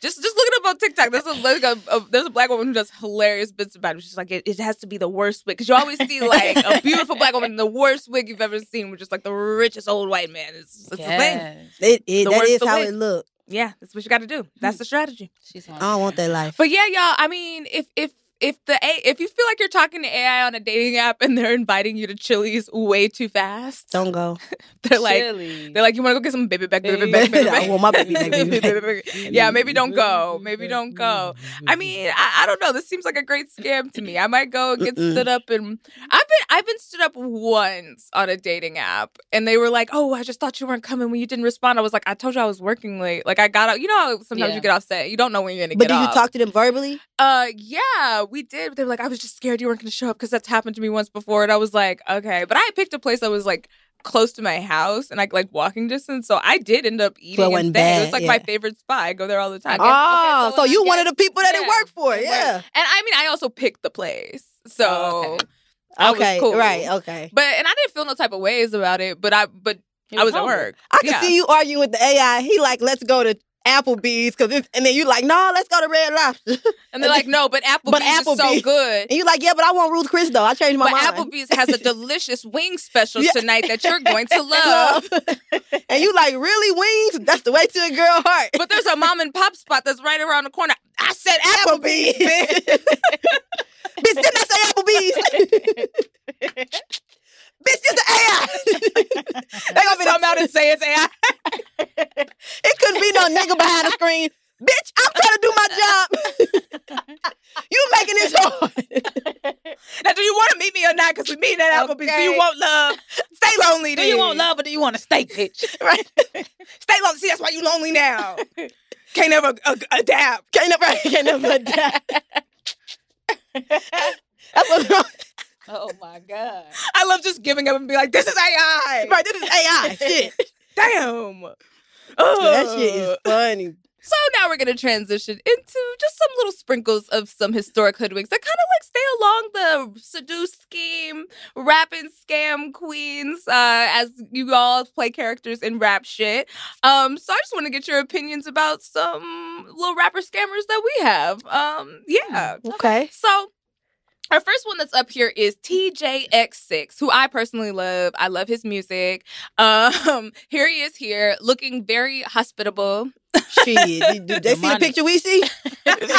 C: just just look it up on TikTok. There's a, like a, a there's a black woman who does hilarious bits about it. She's like, it, it has to be the worst wig because you always see like a beautiful black woman, in the worst wig you've ever seen, with just like the richest old white man. It's, it's a thing.
D: Yes.
E: It, it
C: The
E: that
C: worse
E: is
C: the
E: how
C: wig.
E: it look.
C: Hmm. Yeah, that's what you got to do. That's the strategy.
D: She's
E: I don't want that life.
C: But yeah, y'all. I mean, if if if the A- if you feel like you're talking to AI on a dating app and they're inviting you to Chili's way too fast,
E: Don't go.
C: they're like
D: Chili.
C: they're like you want to go get some baby back, baby
D: Baby
C: back, baby
E: I
C: back.
E: want my baby back, baby back.
C: Baby back. yeah, maybe don't go. Maybe don't go. I mean, I, I don't know. This seems like a great scam to me. I might go get
E: Mm-mm.
C: stood up and I've been I've been stood up once on a dating app and they were like, Oh, I just thought you weren't coming when you didn't respond. I was like, I told you I was working late. Like I got out you know how sometimes
D: Yeah.
C: you get upset. You don't know when you're gonna
E: But
C: get
E: did you
C: off.
E: talk to them verbally?
C: Uh, yeah, we did. But they were like, I was just scared you weren't going to show up because that's happened to me once before. And I was like, okay. But I had picked a place that was like close to my house and like like walking distance. So I did end up eating.
E: it wasn't
C: and staying. It was
E: bad,
C: like my
E: yeah.
C: favorite spot. I go there all the time.
D: Okay,
E: oh,
D: so
E: so
D: when
E: you
D: I
E: one of
D: get-
E: the people that it
D: yeah,
E: worked for.
D: it worked.
E: Yeah.
C: And I mean, I also picked the place. So.
D: Oh, okay.
C: I was
E: okay.
C: cool.
E: Right. Okay.
C: But and I didn't feel no type of ways about it, but I but I was at work.
E: I can
C: Yeah.
E: see you arguing with the AI. He like, let's go to Applebee's because, and then you like, no, let's go to Red Lobster.
C: and they're like, no, but Applebee's is so
E: Applebee's-
C: good.
E: And you like, yeah, but I want Ruth Chris though. I changed my
C: But
E: mind.
C: Applebee's has a delicious wing special
E: Yeah.
C: tonight that you're going to love.
E: Love. and you like, really wings? That's the way to a girl heart.
C: uh, But there's a mom and pop spot that's right around the corner. I said
E: Applebee's.
C: Applebee's.
E: bitch, didn't I say Applebee's? bitch, it's the AI. they gonna be
C: Come out and say it's AI.
E: It couldn't be no nigga behind the screen. Bitch, I'm trying to do my job. you making this hard.
C: Now, do you want to meet me or not? Because we meet at Applebee's. Do you
D: Okay.
C: want love? Stay lonely.
D: Do you
C: then.
D: want love or do you want a steak, bitch?
C: Right. Stay lonely. See, that's why you lonely now. Can't ever uh, adapt.
E: Can't never, can't never die. That's what's wrong.
D: oh my god.
C: I love just giving up and be like, this is AI.
E: Right, this is AI. Shit.
C: Damn.
E: That shit is
C: Ugh.
E: funny.
C: So now we're going to transition into just some little sprinkles of some historic hoodwinks that kind of like stay along the seduce scheme, rap and scam queens, uh, as you all play characters in rap shit. Um, so I just want to get your opinions about some little rapper scammers that we have. Um,
E: Mm.
C: yeah.
E: Okay.
C: So our first one that's up here is TJX6, who I personally love. I love his music. Um, here he is here, looking very hospitable.
E: Shit. Did- did They see the
D: Demonic.
E: picture we see?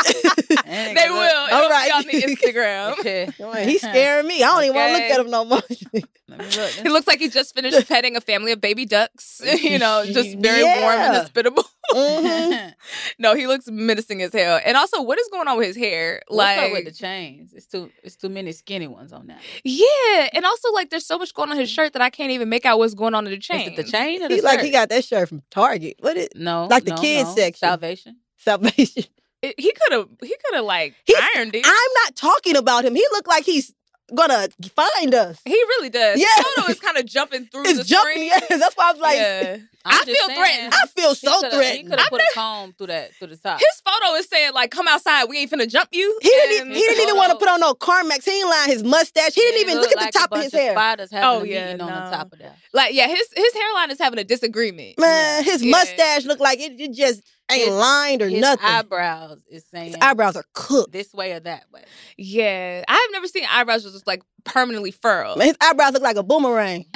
C: They will. It'll
E: right.
C: be on the Instagram.
E: He's scaring me. I don't even want to look
D: Okay.
E: at him no more.
D: Let me look.
C: He looks like he just finished petting a family of baby ducks. you know, just very warm and
E: Yeah.
C: hospitable. Mm-hmm.
E: hmm
C: no, he looks menacing as hell. And also, what is going on with his hair?
D: What's
C: like,
D: up with the chains? It's too it's too many skinny ones on that.
C: yeah. And also, like, there's so much going on his shirt that I can't even make out what's going on in the
D: Is
C: chain.
D: it the chain or the
E: He like he
D: shirt?
E: got that shirt from Target. What is
D: no
E: like the
D: no,
E: kids
D: no.
E: section.
D: Salvation.
E: Salvation?
C: It- he could have. He could have like
E: He's-
C: ironed it.
E: I'm not talking about him. He looked like he's gonna find us.
C: he really does.
E: Yeah.
C: Yeah. Toto is kind of jumping through the
E: It's jumping.
C: screen.
E: Yes, that's why I was like,
C: yeah.
D: I'm
C: I
D: just
C: feel
D: saying,
C: threatened.
E: I feel
D: he
E: so
D: coulda- He
E: threatened.
D: could have put a comb through that through the top.
C: His photo is saying like, "Come outside. We ain't finna jump you."
E: He didn't, even,
C: And-
E: he didn't even want to put on no Carmex. He didn't line his mustache. He didn't
D: It
E: even
D: look
E: look at
D: like
E: the
D: a
E: top of
D: bunch
E: his hair.
D: Spiders having
C: Oh,
D: a
C: yeah,
D: meeting on
C: no.
D: the top of that.
C: Like, yeah, his his hairline is having a disagreement.
E: Man, his
C: Yeah.
E: mustache looked like it, it just ain't
D: His-
E: lined or
D: His
E: nothing.
D: eyebrows is saying
E: his eyebrows are cooked.
D: this way or that way.
C: Yeah, I've never seen eyebrows just like permanently furled.
E: Man, his eyebrows look like a boomerang.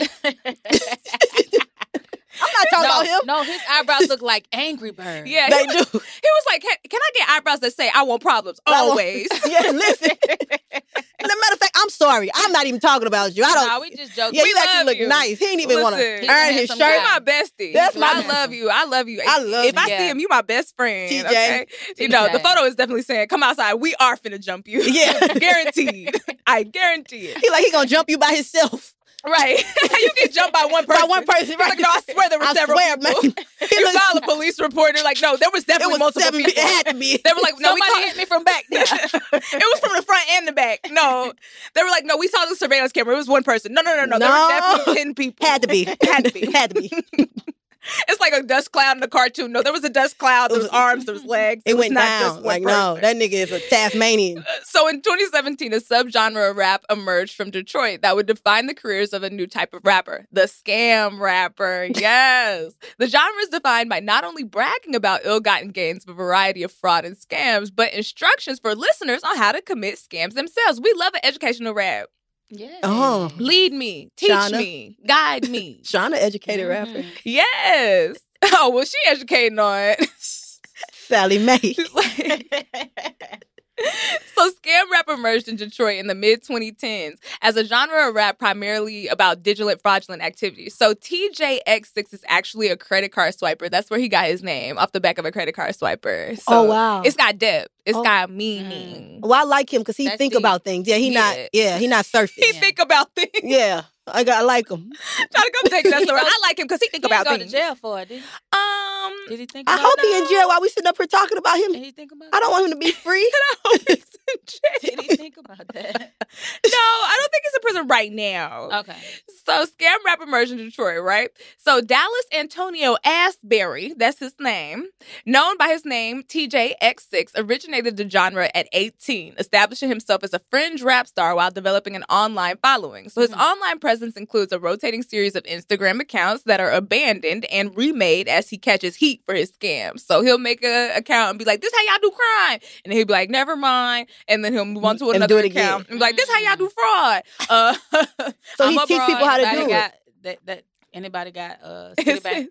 E: I'm not talking
D: no,
E: about him.
D: no, his eyebrows look like Angry Birds.
C: Yeah, he,
E: They
C: was,
E: do.
C: he was like, "Hey, "Can I get eyebrows that say I want problems
E: I want-
C: always?"
E: yeah, listen. As a matter of fact, I'm sorry. I'm not even talking about you. I don't.
D: Nah, we just joking.
E: yeah,
C: we
E: you actually
C: love
E: look
C: you.
E: nice. He didn't even want to
C: Listen,
E: iron his
D: handsome
E: shirt.
C: You're
D: guy.
C: my bestie.
E: That's my-
C: I love you. I love you.
E: I love
C: If I
D: you.
C: see him, you my best friend.
E: TJ.
C: Okay? You know, the
D: TJ.
C: photo is definitely saying, "Come outside. We are finna jump you."
E: Yeah.
C: guaranteed. I guarantee it.
E: He like he gonna jump you by himself.
C: Right? you get jumped by one person.
E: By one person,
C: He's
E: right?
C: Like, no, I swear there were
E: I
C: several
E: swear,
C: people.
E: man. He
C: you
E: looks-
C: file a police report. You're like, no, there was
E: it
C: definitely
E: was
C: multiple
E: seven.
C: people.
E: It had to be.
C: They were like, no, we
D: Somebody
C: caught
D: hit me from back there.
C: it was from the front and the back. No, they were like, no, we saw the surveillance camera. It was one person. No, no, no, no. There
E: No.
C: were definitely ten people.
E: had to be. Had to be. had to be.
C: It's like a dust cloud in the cartoon. No, there was a dust cloud. There was arms. There was legs.
E: It
C: was
E: went
C: not Just
E: down.
C: one
E: Like no,
C: person.
E: that nigga is a Tasmanian.
C: So in 2017, a subgenre of rap emerged from Detroit that would define the careers of a new type of rapper, the scam rapper. Yes. the genre is defined by not only bragging about ill gotten gains, but a variety of fraud and scams, but instructions for listeners on how to commit scams themselves. We love an educational rap.
D: yeah.
E: Oh.
C: Lead me, teach
E: Shauna.
C: me, guide me.
E: Shauna, educated
C: Mm-hmm.
E: rapper.
C: yes. Oh, well, she educating on it.
E: Sally Mae.
C: She's like- so scam rapper emerged in Detroit in the mid 2010s as a genre of rap primarily about digital fraudulent activities. So TJX6 is actually a credit card swiper. That's where he got his name off the back of a credit card swiper. So
E: oh wow.
C: It's got depth. It's
E: Oh.
D: Mm.
C: got meaning.
E: well, I like him because he
D: That's
E: think
D: deep.
E: about things. Yeah, he
C: Yeah.
E: not. Yeah, he not surface.
C: He
D: Yeah.
C: think about things.
E: yeah, I got. I like him.
C: Try to come take that story. I like him because he think
D: He didn't
C: about
D: go
C: things.
D: to jail for it. Did he,
C: Um,
D: did he think?
E: I
D: about
E: hope
D: it?
E: he in jail while we sitting up here talking about
D: Did
E: him.
D: he think about?
E: I don't want him to be free.
D: It? Did he think about that?
C: no, I don't think he's in prison right now.
D: Okay.
C: So scam rap emerged in Detroit, right? So Dallas Antonio Asbury, that's his name, known by his name TJX6, originated the genre at 18, establishing himself as a fringe rap star while developing an online following. So his
E: Mm-hmm.
D: Mhm.
C: online presence includes a rotating series of Instagram accounts that are abandoned and remade as he catches heat for his scams. So he'll make a account and be like, "This how y'all do crime," and he'll be like, "Never mind," and then he'll move on to
E: Mm, And do
C: another
E: it again. Mm-hmm.
C: account and be like, "This how y'all do fraud." Uh,
E: So
C: I'm
E: he teach
C: abroad.
E: people how to do
D: Anybody
E: it.
D: got that? That anybody got uh Citibank?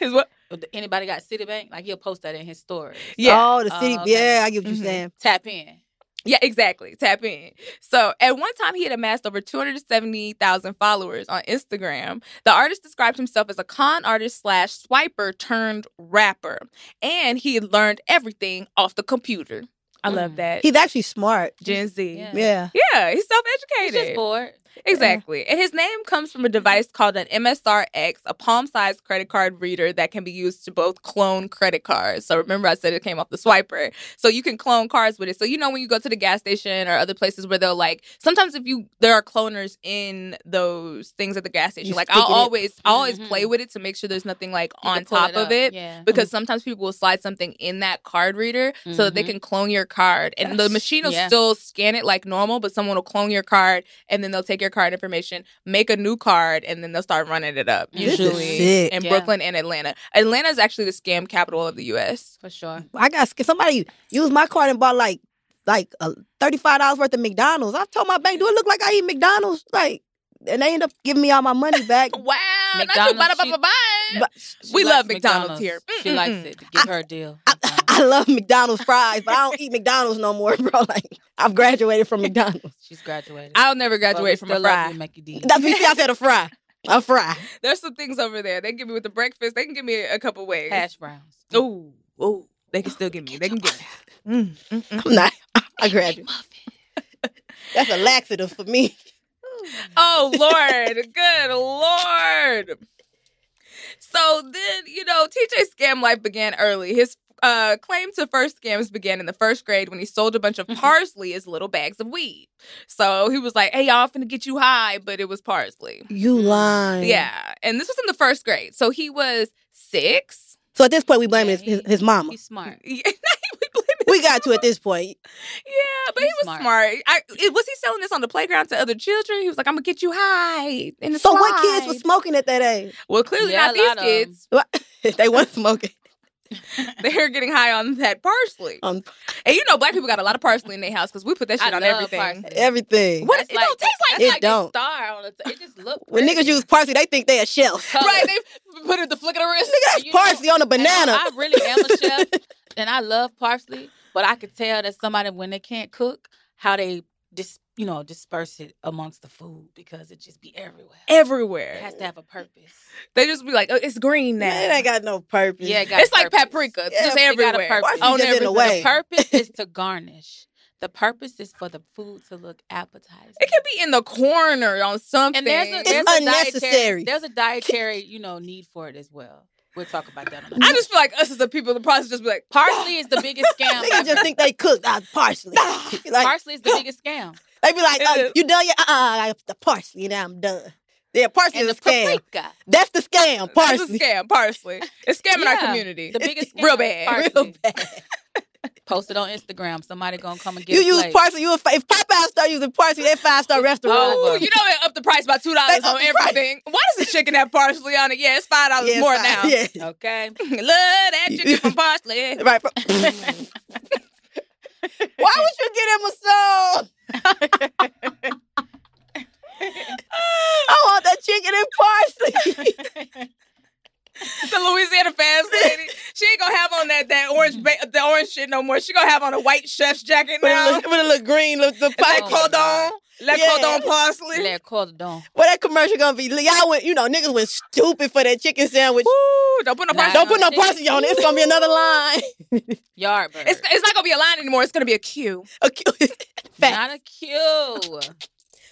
C: Is what?
D: anybody got Citibank? Like he'll post that in his story.
C: Yeah.
E: Oh, the city.
D: Oh, okay.
E: Yeah, I get what
C: Mhm.
E: you're saying.
D: Tap in.
C: Yeah, exactly. Tap in. So at one time, he had amassed over 270,000 followers on Instagram. The artist described himself as a con artist slash swiper turned rapper. And he had learned everything off the computer. I love
D: Mm.
C: that.
E: He's actually smart.
C: Gen Z.
D: Yeah.
E: Yeah.
C: Yeah, he's self
D: He's just
C: educated.
D: bored.
C: Exactly. And his name comes from a device called an MSRX, a palm sized credit card reader that can be used to both clone credit cards. So remember, I said it came off the swiper. So you can clone cards with it. So you know, when you go to the gas station or other places where they'll like, sometimes if you, there are cloners in those things at the gas station.
E: You
C: like,
E: stick
C: I'll
E: it in.
C: always, I always
D: Mhm.
C: play with it to make sure there's nothing like
D: You
C: on
D: can pull
C: top of
D: up.
C: it
D: Yeah.
C: because sometimes people will slide something in that card reader so that they
D: Mhm.
C: can clone your card and the machine will
D: Yeah.
C: still scan it like normal but someone will clone your card and then they'll take your card information make a new card and then they'll start running it up
D: This
E: is
C: usually
E: sick.
C: in
D: Yeah.
C: brooklyn and atlanta atlanta is actually the scam capital of the us
D: For sure.
E: I got scared. Somebody used my card and bought like like uh, thirty five dollars worth of McDonald's. I told my bank, do it look like I eat McDonald's? Like, and they end up giving me all my money back.
C: wow
D: McDonald's,
C: not you,
D: she-
C: bada, bada, bada.
E: But-
D: She
C: we
D: likes
C: love McDonald's, here
D: She
C: Mm-mm-mm.
D: likes it. Give her a deal.
E: I, I love McDonald's fries, but I don't eat McDonald's no more, bro. Like, I've graduated from McDonald's.
D: She's graduated.
C: i'll never
D: But we
C: graduate from a
D: still love you,
C: fry
D: Mickey D.
E: That's what you see, I said a fry. A fry.
C: there's some things over there they give me with the breakfast they can give me a couple ways
D: Hash browns.
C: oh oh they can still give me they can give me Mm, mm, mm.
E: I'm not. I graduated. That's a laxative for me.
C: Oh Lord, good Lord. So then, you know, TJ's scam life began early. His uh, claim to first scams began in the first grade when he sold a bunch of parsley as little bags of weed. So he was like, "Hey, y'all, finna get you high," but it was parsley.
E: You lying.
C: Yeah, and this was in the first grade, so he was six.
E: So at this point, we blame his, his, his mama.
D: He's smart.
C: Yeah, we blame it-
E: We got to at this point.
C: yeah, but he
D: He's
C: was smart.
D: smart.
C: I, it, was he selling this on the playground to other children? He was like, "I'm gonna get you high." In the
E: So what kids
C: slide."
E: was smoking at that age?
C: Well, clearly
D: Yeah,
C: not
D: a
C: these
D: lot of 'em.
C: kids.
E: they weren't smoking.
C: They're getting high on that parsley.
E: Um,
C: And you know, black people got a lot of parsley in their house because we put that shit
D: I
C: on
D: love
C: everything.
D: parsley.
E: everything.
C: What?
D: That's
C: it don't taste like
D: that's
E: it
D: like
E: don't.
D: A star on the t- it just look.
E: When niggas
D: pretty.
E: use parsley, they think they a shelf.
D: Color.
C: Right? They put it the flick of the wrist.
D: that's
E: That's parsley on a banana.
D: I really am a chef, and I love parsley. But I could tell that somebody when they can't cook, how they dis, you know disperse it amongst the food because it just be everywhere. It
C: Everywhere.
D: has to have a purpose.
C: They just be like, oh, it's green now.
E: Man, it ain't got no purpose.
D: Yeah, it got
C: it's
D: a
C: like
D: purpose.
C: paprika,
E: Yeah,
C: just
D: it got a
C: everywhere.
D: purpose.
C: On
E: Just in a
C: everything.
E: way.
D: The purpose is to garnish. The purpose is for the food to look appetizing.
C: It can be in the corner on something.
D: and there's a,
E: It's
D: there's a
E: unnecessary.
D: dietary there's a dietary you know need for it as well. We'll talk about that. On
C: I just feel like us as a people, the process just be like,
D: parsley is the biggest scam.
E: Niggas just think they cooked out of parsley. like,
D: parsley is the biggest scam.
E: they be like,
C: It
E: uh,
C: is.
E: you done yet? Uh-uh, I got the parsley, now I'm done. Yeah, parsley
D: And
E: is
D: the
E: a scam.
D: paprika,
E: That's the scam,
C: "That's a
E: parsley.
C: scam, parsley. It's scamming our
D: Yeah.
C: community.
D: the biggest scam
C: real
D: is
C: bad.
D: parsley.
E: Real bad.
D: Posted on Instagram. Somebody gonna come and get
E: You
D: a
E: use
D: plate.
E: parsley, you a fi- if Popeye start using parsley, they five star restaurant.
C: Ooh,
D: over.
C: you know it upped the price by two dollars
E: They
C: on
E: upped the price.
C: everything. Why does the chicken have parsley on it? Yeah, it's five dollars
E: Yeah,
C: more now.
E: five- Yeah.
D: Okay.
C: Love that chicken from parsley.
E: Right. Why would you get him a song? I want that chicken and parsley.
C: the Louisiana fast lady. She ain't gonna have on that that orange ba- the orange shit no more. She gonna have on a white chef's jacket
E: With a
C: now.
E: little, with a little green, little, the
C: Le
E: pipe.
D: Oh.
C: cordon, le
E: Yeah.
C: cordon parsley.
D: Let quarter down.
E: Well, that commercial gonna be. Y'all went, you know, niggas went stupid for that chicken sandwich.
C: Woo, don't put no
D: Nah.
C: parsley.
E: Don't put no parsley on it. It's gonna be another line.
D: Yardbird. bird.
C: It's, it's not gonna be a line anymore. It's gonna be a queue.
E: Okay. Fact.
D: not a Q.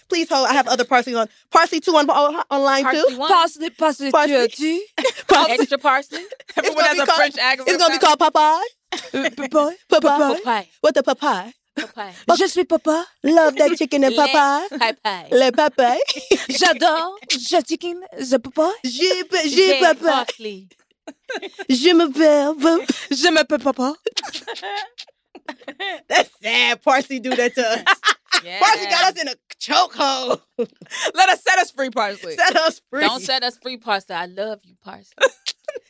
E: Please hold. I have other parsley on parsley two on on, on line
D: Parsley
E: two.
D: one.
C: Parsley, parsley,
E: Parsley. Parsley.
D: Extra parsley.
C: Everyone
E: gonna
C: has
E: be
C: a
E: called-
C: French accent.
E: It's gonna be called Popeye.
C: called.
E: Popeye.
D: Papaya.
E: What the Popeye?
D: Papaya.
E: Je
C: suis papa.
E: Love that chicken and Popeye.
D: Papaya.
E: Le Popeye.
C: J'adore. Je chicken. Je papa.
E: J'ai j'ai Popeye.
D: Parsley.
E: Je m'appelle Popeye.
C: Je m'appelle papa.
E: That's sad. Parsley do that to us.
D: Yeah.
E: Parsley got us in a chokehold.
C: Let us set us free, parsley.
E: Set us free.
D: Don't set us free, parsley. I love you, parsley.
C: Nah,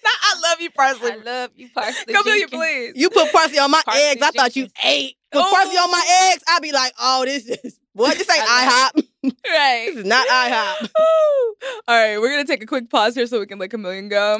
C: I love you, parsley.
D: I love you, parsley.
C: Come here,
D: Jenkins.
C: please.
E: You put parsley on my
D: Parsley
E: eggs. I thought you
D: chicken.
E: ate. Put parsley on my eggs. I'd be like, oh, this is what? This ain't
D: I
E: IHOP.
C: Right.
E: This is not IHOP.
C: All right, we're gonna take a quick pause here so we can let Chameleon go.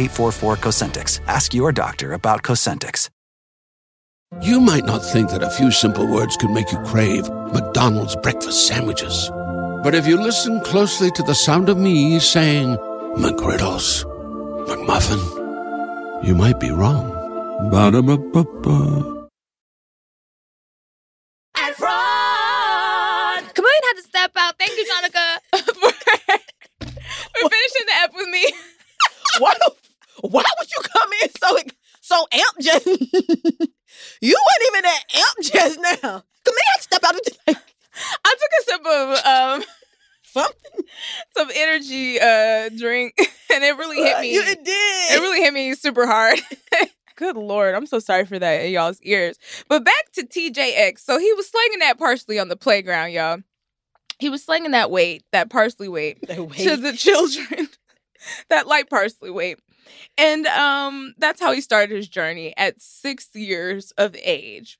A: 844 Cosentix. Ask your doctor about Cosentix.
H: You might not think that a few simple words could make you crave McDonald's breakfast sandwiches. But if you listen closely to the sound of me saying McGriddles, McMuffin, you might be wrong. Ba-da-ba-ba-ba.
I: Chameleon had to step out. Thank you, Jonica.
C: we're finishing the app with me.
E: why the, why would you come in so e, so amp just you weren't even that amp just now. Come here, step out of the
C: I took a sip of um
E: something.
C: some energy uh drink and it really hit me.
E: Uh, You
C: It
E: it did.
C: really hit me super hard. Good lord, I'm so sorry for that in y'all's ears. But back to TJX. So he was slinging that parsley on the playground, y'all. He was slinging that weight, that parsley weight.
E: They wait.
C: to the children that light parsley weight. And um, that's how he started his journey at six years of age.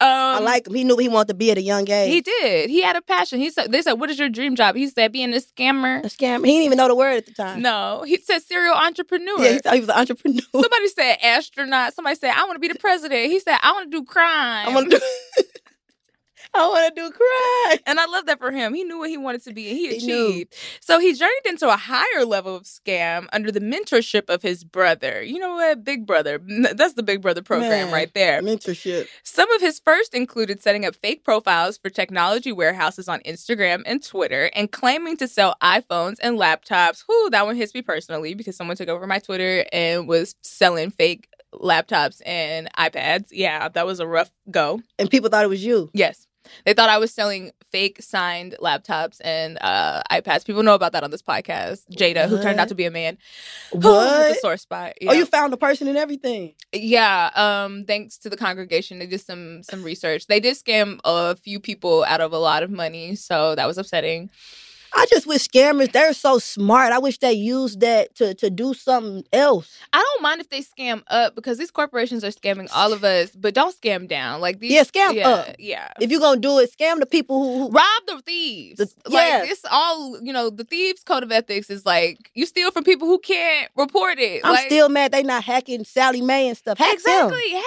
C: Um,
E: I like him. He knew he wanted to be at a young age.
C: He did. He had a passion. He said, "They said, what is your dream job?" He said, "Being a
E: a
C: scammer."
E: scam. He didn't even know the word at the time.
C: No, he said, "Serial entrepreneur."
E: Yeah, he thought he was an entrepreneur.
C: Somebody said astronaut. Somebody said, "I want to be the president." He said, "I want to do crime."
E: I want to do. I want to do crime.
C: And I love that for him. He knew what he wanted to be and he
E: He knew.
C: achieved. so he journeyed into a higher level of scam under the mentorship of his brother. You know what? Big Brother. That's the Big Brother program
E: Man.
C: right there.
E: Mentorship.
C: Some of his first included setting up fake profiles for technology warehouses on Instagram and Twitter and claiming to sell iPhones and laptops. Whoo, that one hits me personally because someone took over my Twitter and was selling fake laptops and iPads. Yeah, that was a rough go.
E: And people thought it was you.
C: Yes. They thought I was selling fake signed laptops and uh, iPads. People know about that on this podcast. Jada, who turned out
E: What?
C: to be a man. Oh,
E: What?
C: the sore spot. Yeah.
E: Oh, you found the person and everything.
C: yeah. Um, thanks to the congregation, they did some some research. They did scam a few people out of a lot of money, so that was upsetting.
E: I just wish scammers, they're so smart. I wish they used that to, to do something else.
C: I don't mind if they scam up because these corporations are scamming all of us, but don't scam down. Like these
E: Yeah, scam
C: yeah,
E: up.
C: Yeah.
E: If you're going to do it, scam the people who. who
C: rob the thieves.
E: The-
C: like
E: yes.
C: it's all you know. The thieves' code of ethics is like you steal from people who can't report it.
E: I'm
C: like,
E: still mad they not hacking Sally Mae and stuff. Hack
C: exactly hack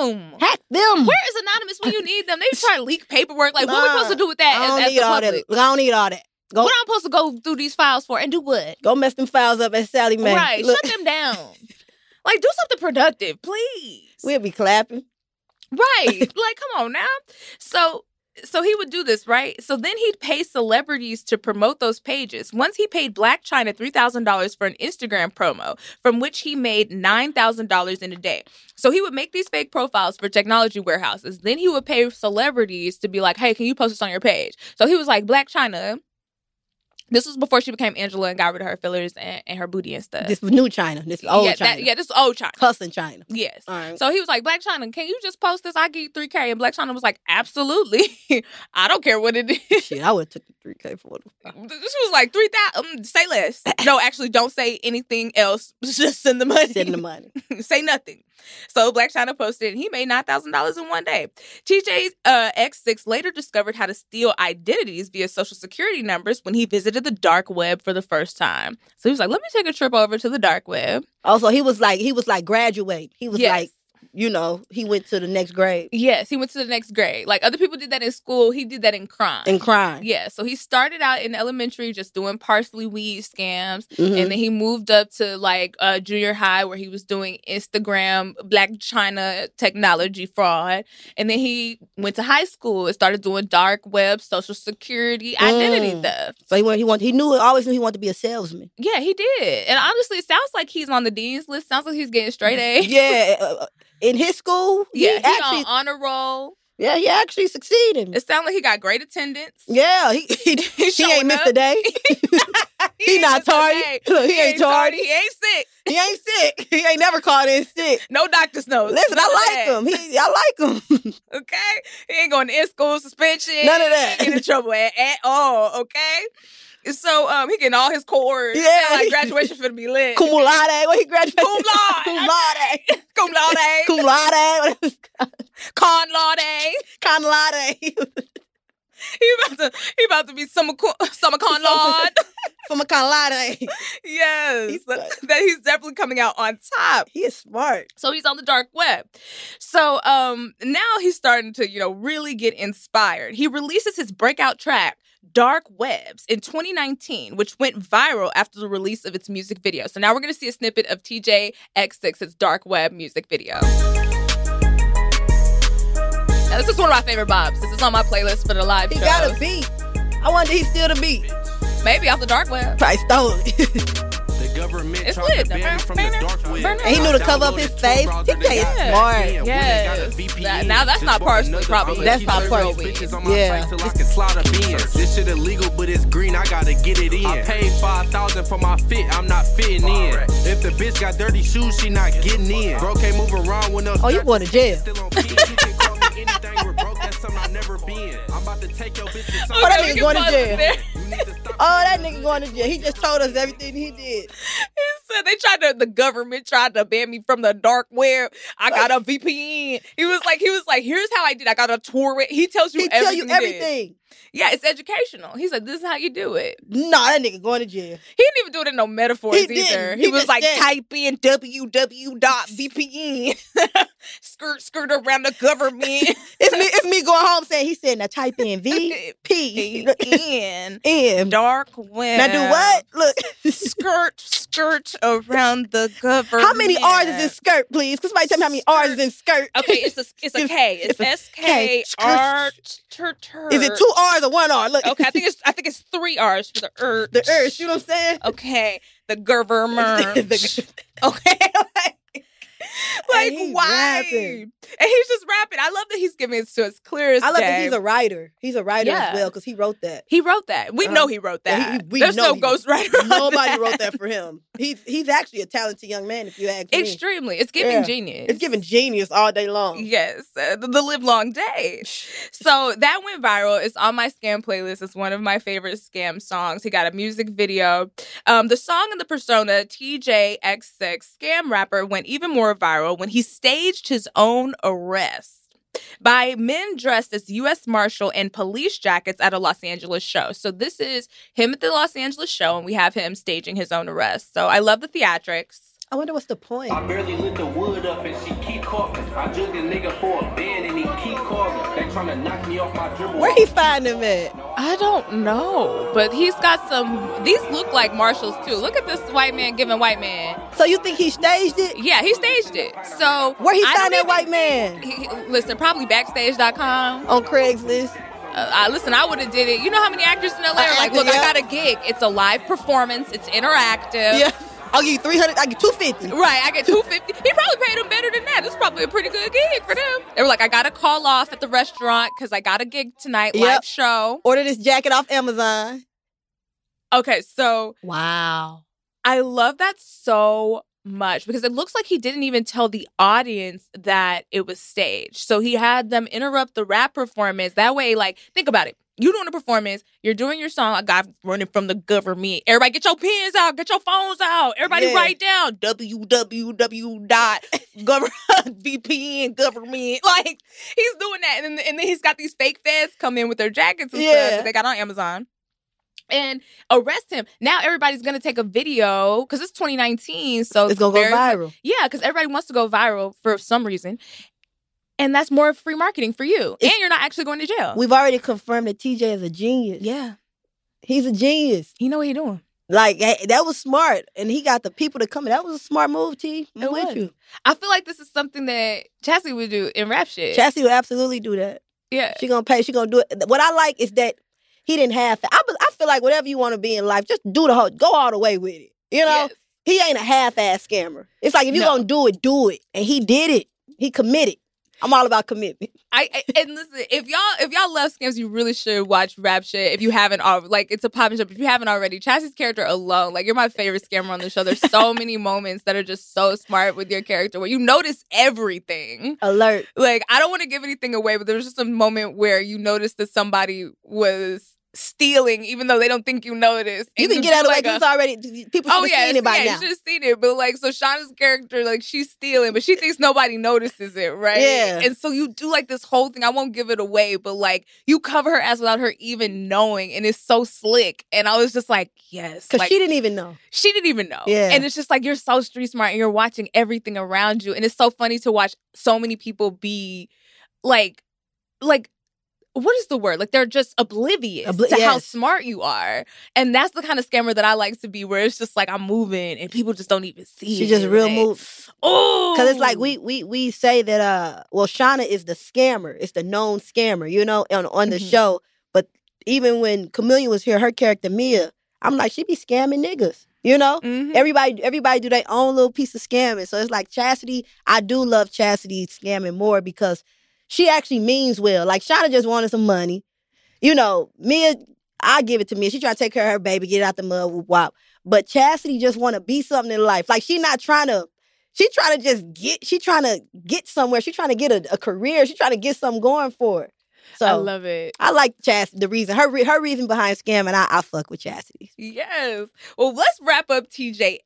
C: them.
E: them. Hack them.
C: Where is anonymous when you need them? They try to leak paperwork. Like what are we
E: Nah.
C: supposed to do with that
E: I don't
C: as, as
E: need
C: the
E: all
C: public?
E: that. I don't need all that. Go,
C: What am I supposed to go through these files for and do what?
E: go mess them files up at Sally Mae.
C: Right,
E: Look,
C: shut them down. Like do something productive, please.
E: we'll be clapping.
C: Right. like, come on now. So so he would do this, right? So then he'd pay celebrities to promote those pages. Once he paid Black China $3,000 for an Instagram promo, from which he made $9,000 in a day. So he would make these fake profiles for technology warehouses. Then he would pay celebrities to be like, hey, can you post this on your page? So he was like, Black China. This was before she became Angela and got rid of her fillers and, and her booty and stuff.
E: This was new China. This is old
C: yeah,
E: China.
C: That, yeah, this is old China.
E: Cussing China.
C: Yes.
E: All right.
C: So he was like, Black China, can you just post this? I give you 3K. And Black China was like, absolutely. I don't care what it is.
E: Shit, I would have took the three K for what the fuck.
C: She was like, 3,000. Um, say less. No, actually, don't say anything else. Just send the money.
E: Send the money.
C: say nothing. So Black China posted, and he made $9,000 in one day. TJ's uh, X6 later discovered how to steal identities via social security numbers when he visited the dark web for the first time. So he was like, let me take a trip over to the dark web.
E: Also, he was like he was like graduate. He was
C: Yes.
E: like, you know, he went to the next grade
C: Yes, he went to the next grade. Like other people did that in school, he did that in crime.
E: and crying.
C: Yeah, so he started out in elementary just doing parsley weed scams,
E: Mhm.
C: and then he moved up to like uh, junior high where he was doing Instagram Black China technology fraud, and then he went to high school and started doing dark web social security identity
E: Mm.
C: theft.
E: so he went, he wanted, he knew always knew he wanted to be a salesman.
C: Yeah, he did, and honestly, it sounds like he's on the dean's list. Sounds like he's getting straight A's.
E: yeah, uh, uh, in his school,
C: Yeah,
E: he
C: he
E: actually,
C: on honor roll.
E: yeah, he actually succeeded.
C: It sounds like he got great attendance.
E: Yeah, he
C: He
E: he, he ain't
C: showing
E: missed
C: up.
E: a day. He
C: ain't
E: not
C: missed a
E: tardy.
C: day.
E: Look, he ain't tardy.
C: He ain't sick.
E: he ain't sick. He ain't never called in sick.
C: No doctor's notes.
E: Listen,
C: None of
E: I
C: that.
E: like him. He, I like him.
C: Okay, he ain't going to in school suspension.
E: None of that.
C: He ain't in trouble at, at all. Okay, so um, he getting all his cores.
E: Yeah.
C: Sound like graduation for to be lit.
E: Cum laude. What he graduated?
C: Cum laude.
E: Cum laude.
C: cum laude,
E: Cum laude. What
C: con laude.
E: Con laude.
C: He about to he about to be summer co- summer con laude.
E: From a con laude.
C: yes,
E: He's like-
C: that he's definitely coming out on top.
E: He is smart.
C: So he's on the dark web. So um now he's starting to, you know, really get inspired. He releases his breakout track, Dark Webs, in 2019, which went viral after the release of its music video. So now we're gonna see a snippet of TJ X6's Dark Web music video. Now, this is one of my favorite bobs. This is on my playlist for the live
E: He
C: show.
E: got a beat. I wonder he's still the beat.
C: Maybe off the dark web.
E: Probably stole it.
H: The government
C: It's lit.
E: and he knew to cover up his face. TK is smart.
C: Yes.
E: E.
C: That- now that's not parsley, probably.
E: That's not parsley. Yeah.
J: Till I can slide a beans. This shit illegal, but it's green. I gotta get it in. I paid five thousand for my fit. I'm not fitting in. If the bitch got dirty shoes, she not getting in. Bro can't move around when no.
E: Oh, you going to jail.
J: Still on pins. You can call me anything. We're broke. That's something I've never been. I'm about to take your bitch to
E: Oh,
J: something.
E: that
C: we
E: nigga
C: can
E: going to
C: pause it
E: jail.
C: there.
J: You need to stop.
E: Oh, that nigga going to jail. He just told us everything he did.
C: He said they tried to the government tried to ban me from the dark web. I got a VPN. He was like, he was like, here's how I did. I got a tour with. He tells you
E: He tell
C: everything.
E: you
C: did.
E: everything.
C: Yeah, it's educational. He said, this is how you do it.
E: Nah, that nigga going to jail.
C: He didn't even do it in no metaphors
E: He didn't.
C: either. He,
E: He
C: was
E: just
C: like,
E: said-
C: type in www.vpn, skirt skirt around the government.
E: It's me, it's me going home saying he said, now type in V P
C: in
E: M.
C: dark web.
E: Now do what? Look.
C: Skirt skirt around the government.
E: How many R's is in skirt, please? Because somebody tell me how many R's is in skirt.
C: Okay, it's a it's a K. It's S K
E: K.
C: R.
E: Is it two R's or one R? Look.
C: Okay, I think it's I think it's three R's for the earth.
E: the earth. You know what I'm saying?
C: Okay, the government.
E: The-
C: okay, like, like
E: And he
C: why?
E: rapping.
C: And he's just rapping. I love that he's giving it to us clear as
E: I love
C: day.
E: that he's a writer. He's a writer
C: Yeah.
E: as well because he wrote that.
C: he wrote that. We
E: Uh-huh.
C: know he wrote that.
E: Yeah, he- we
C: There's no
E: know he-
C: ghostwriter. on
E: Nobody wrote that for him. He's he's actually a talented young man. If you ask me,
C: Extremely, it's giving
E: Yeah.
C: genius.
E: it's giving genius all day long.
C: Yes, uh, the, the live long day. So that went viral. It's on my scam playlist. It's one of my favorite scam songs. He got a music video. Um, the song and the persona, TJX6, scam rapper, went even more viral when he staged his own arrest. By men dressed as U.S. Marshal in police jackets at a Los Angeles show. So, this is him at the Los Angeles show, and we have him staging his own arrest. So, I love the theatrics.
E: I wonder what's the point.
J: I barely lit the wood up and she keep calling. I jugged a nigga for a band and he keep calling. They tryna knock me off my dribble.
E: Where he find him at?
C: I don't know, but he's got some. These look like marshals too. Look at this white man giving white man.
E: So you think he staged it?
C: Yeah, he staged it. So
E: Where he
C: I don't
E: found that
C: even-
E: white man?
C: He, he- listen, probably backstage.com.
E: On Craigslist.
C: Uh, I, listen, I would have did it. You know how many actors in LA are like,
E: acted,
C: look, I
E: yeah.
C: got a gig. It's a live performance. It's interactive.
E: Yeah. I'll give you 300, I'll give you 250.
C: Right, I get 250. He probably paid them better than that. This is probably a pretty good gig for them. They were like, I got to call off at the restaurant because I got a gig tonight,
E: Yep.
C: live show.
E: Order this jacket off Amazon.
C: Okay, so
D: Wow.
C: I love that so much because it looks like he didn't even tell the audience that it was staged. So he had them interrupt the rap performance. That way, like, think about it. You doing a performance, you're doing your song, I got running from the government. Everybody get your pens out, get your phones out. Everybody
E: Yeah.
C: write down www dot VPN government. Like he's doing that. And then, and then he's got these fake feds come in with their jackets and stuff
E: Yeah.
C: that they got on Amazon. And arrest him. Now everybody's gonna take a video because it's 2019, so
E: It's gonna go
C: very-
E: viral.
C: Yeah, because everybody wants to go viral for some reason, and that's more free marketing for you,
E: It's-
C: and you're not actually going to jail.
E: We've already confirmed that TJ is a genius.
C: yeah,
E: He's a genius.
C: you know what you're doing.
E: Like hey, that was smart, and he got the people to come. That was a smart move, T. I'm
C: It
E: with
C: was.
E: you.
C: I feel like this is something that Chassie would do in rap shit.
E: Chassie will absolutely do that.
C: yeah,
E: She gonna pay. She gonna do it. What I like is that he didn't have. I be- I feel like whatever you want to be in life, just do the whole, go all the way with it. You know,
C: Yes.
E: he ain't a half-ass scammer. It's like if you
C: No.
E: gonna do it, do it, and he did it. He committed. I'm all about commitment.
C: I, I- and listen, if y'all if y'all love scams, you really should watch Rap Shit. If you haven't already, like it's a pop up. If you haven't already, Chassie's character alone, like you're my favorite scammer on the show. There's so many moments that are just so smart with your character where you notice everything.
E: Alert.
C: Like I don't want to give anything away, but there was just a moment where you noticed that somebody was stealing, even though they don't think you noticed.
E: You
C: And you
E: can get
C: do,
E: out of the way
C: like, a-
E: because it's already people should
C: Oh
E: have
C: yeah,
E: seen it by
C: yeah,
E: now.
C: you should have seen it. But like, so Shauna's character, like, she's stealing, but she thinks nobody notices it, right?
E: Yeah.
C: And so you do like this whole thing. I won't give it away, but like, you cover her ass without her even knowing, and it's so slick. And I was just like, yes,
E: Cause
C: like,
E: she didn't even know.
C: she didn't even know.
E: Yeah.
C: And it's just like you're so street smart and you're watching everything around you. And it's so funny to watch so many people be like like what is the word? Like they're just oblivious
E: Obli-
C: to how
E: yes.
C: smart you are. And that's the kind of scammer that I like to be where it's just like I'm moving and people just don't even see
E: She
C: it.
E: just real
C: Like,
E: move.
C: Oh
E: Cause it's like we we we say that uh well Shauna is the scammer, it's the known scammer, you know, on on the
C: Mhm.
E: show. But even when Chameleon was here, her character Mia, I'm like, she be scamming niggas, you know?
C: Mhm.
E: Everybody everybody do their own little piece of scamming. So it's like Chastity, I do love Chastity scamming more because she actually means well. Like Shauna just wanted some money. You know, Mia, I give it to Mia. She trying to take care of her baby, get it out the mud, whoop wop. But Chastity just wanna be something in life. Like she not trying to she trying to just get. She trying to get somewhere. She trying to get a, a career. She trying to get something going for. Her. So
C: I
E: I,
C: love it.
E: like Chastity. The reason her re- her reason behind scamming. I, I fuck with Chastity.
C: Yes. Well, let's wrap up TJX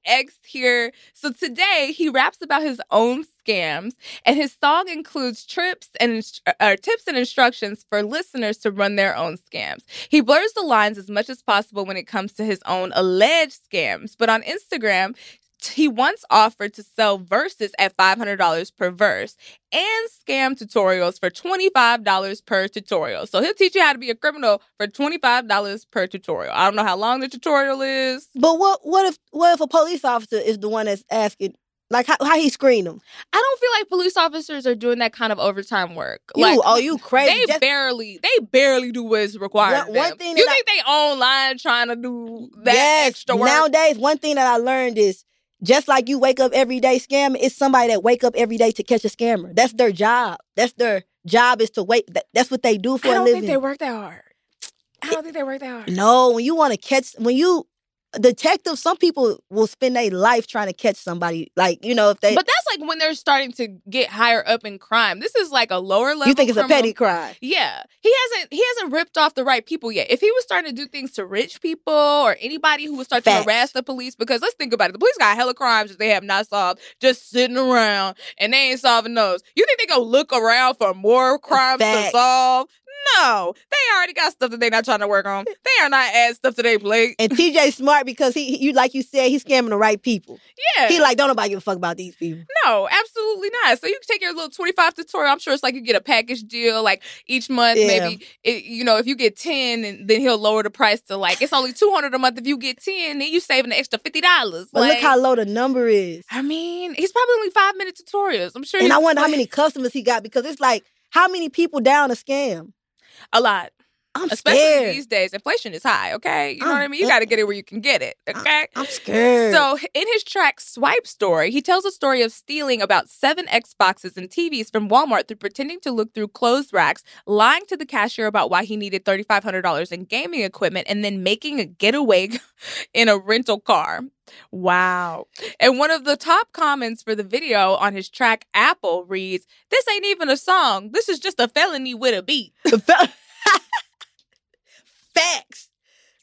C: here. So today he raps about his own scams, and his song includes trips and inst- uh, tips and instructions for listeners to run their own scams. He blurs the lines as much as possible when it comes to his own alleged scams, but on Instagram. t- He once offered to sell verses at $500 per verse and scam tutorials for $25 per tutorial. So he'll teach you how to be a criminal for $25 per tutorial. I don't know how long the tutorial is.
E: But what what if what if a police officer is the one that's asking like how, how he screen them?
C: I don't feel like police officers are doing that kind of overtime work.
E: You
C: like,
E: oh you crazy?
C: They
E: Just-
C: barely, they barely do what is required.
E: One-
C: of
E: one
C: them.
E: thing
C: you
E: that
C: think they online trying to do that
E: yes.
C: extra work?
E: Nowadays, one thing that I learned is just like you wake up every day scamming, it's somebody that wake up every day to catch a scammer. That's their job. That's their job is to wait. that- That's what they do for
C: I
E: a
C: don't
E: living.
C: think they work that hard. I don't think they work that hard.
E: No, when you want to catch, when you detective, some people will spend their life trying to catch somebody. Like you know, if they,
C: But that's like when they're starting to get higher up in crime. This is like a lower level.
E: you think it's a
C: criminal-
E: petty crime.
C: Yeah, he hasn't he hasn't ripped off the right people yet. If he was starting to do things to rich people or anybody who would start
E: Facts.
C: to harass the police, because let's think about it, the police got hella crimes that they have not solved, just sitting around and they ain't solving those. You think they go look around for more crimes
E: Facts.
C: to solve? No, they already got stuff that they're not trying to work on. They are not add stuff to their plate.
E: And TJ smart because he, he- you like you said, he's scamming the right people.
C: Yeah,
E: He like don't nobody give a fuck about these people.
C: No, absolutely not. So you can take your little 25 tutorial. I'm sure it's like you get a package deal, like each month,
E: Yeah.
C: maybe, it, you know, if you get 10, and then he'll lower the price to like, it's only 200 a month. If you get 10, then you saving an extra $50.
E: But
C: like,
E: look how low the number is.
C: I mean, he's probably only five minute tutorials. I'm sure
E: And I
C: he's
E: wonder how many customers he got because it's like how many people down a scam.
C: a lot.
E: I'm
C: Especially
E: scared. Uh-huh.
C: these days, inflation is high, okay? You know what I
E: I'm-
C: mean? You got to get it where you can get it,
E: Uh-huh.
C: okay?
E: I'm scared.
C: So, in his track Swipe Story, he tells a story of stealing about seven Xboxes and TVs from Walmart through pretending to look through clothes racks, lying to the cashier about why he needed $3,500 in gaming equipment, and then making a getaway in a rental car. Wow. And one of the top comments for the video on his track Apple reads, This ain't even a song. This is just a felony with a beat.
E: Facts.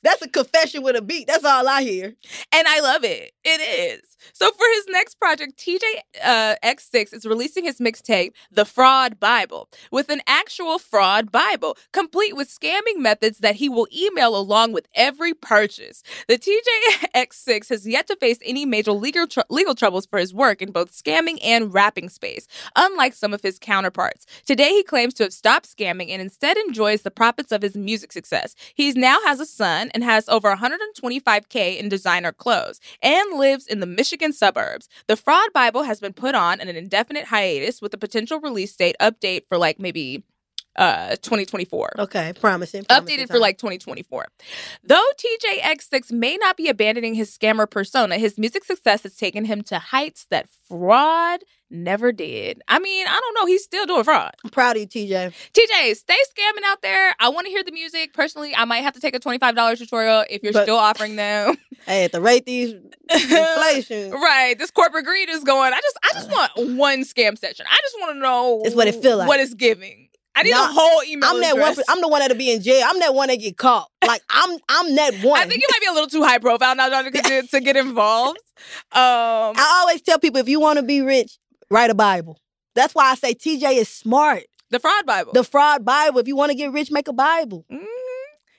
E: That's a confession with a beat. That's all I hear.
C: And I love it. It is. So for his next project, TJ uh, X6 is releasing his mixtape, The Fraud Bible, with an actual fraud Bible, complete with scamming methods that he will email along with every purchase. The TJ X6 has yet to face any major legal tr- legal troubles for his work in both scamming and rapping space, unlike some of his counterparts. Today he claims to have stopped scamming and instead enjoys the profits of his music success. He now has a son and has over 125k in designer clothes and lives in the Michigan suburbs. The Fraud Bible has been put on an indefinite hiatus with a potential release date update for like maybe uh 2024
E: Okay, promising. promising
C: updated for
E: time.
C: like 2024. Though TJX6 may not be abandoning his scammer persona, his music success has taken him to heights that fraud never did. I mean, I don't know. He's still doing fraud.
E: I'm proud of you, TJ.
C: TJ, stay scamming out there. I want to hear the music. Personally, I might have to take a $25 tutorial if you're
E: But-
C: still offering them.
E: Hey, at the rate these inflation
C: right. This corporate greed is going. I just I just want one scam session. I just want to know
E: It's what it feel like.
C: What it's giving. I need
E: Nah,
C: a whole email
E: I'm that one.
C: address.
E: I'm the one that'll be in jail. I'm that one that get caught. Like I'm, I'm that one.
C: I think you might be a little too high profile now, John, to, get- to get involved. Um,
E: I always tell people if you want to be rich, write a Bible. That's why I say TJ is smart.
C: the fraud Bible.
E: The fraud Bible. If you want to get rich, make a Bible.
C: Mhm.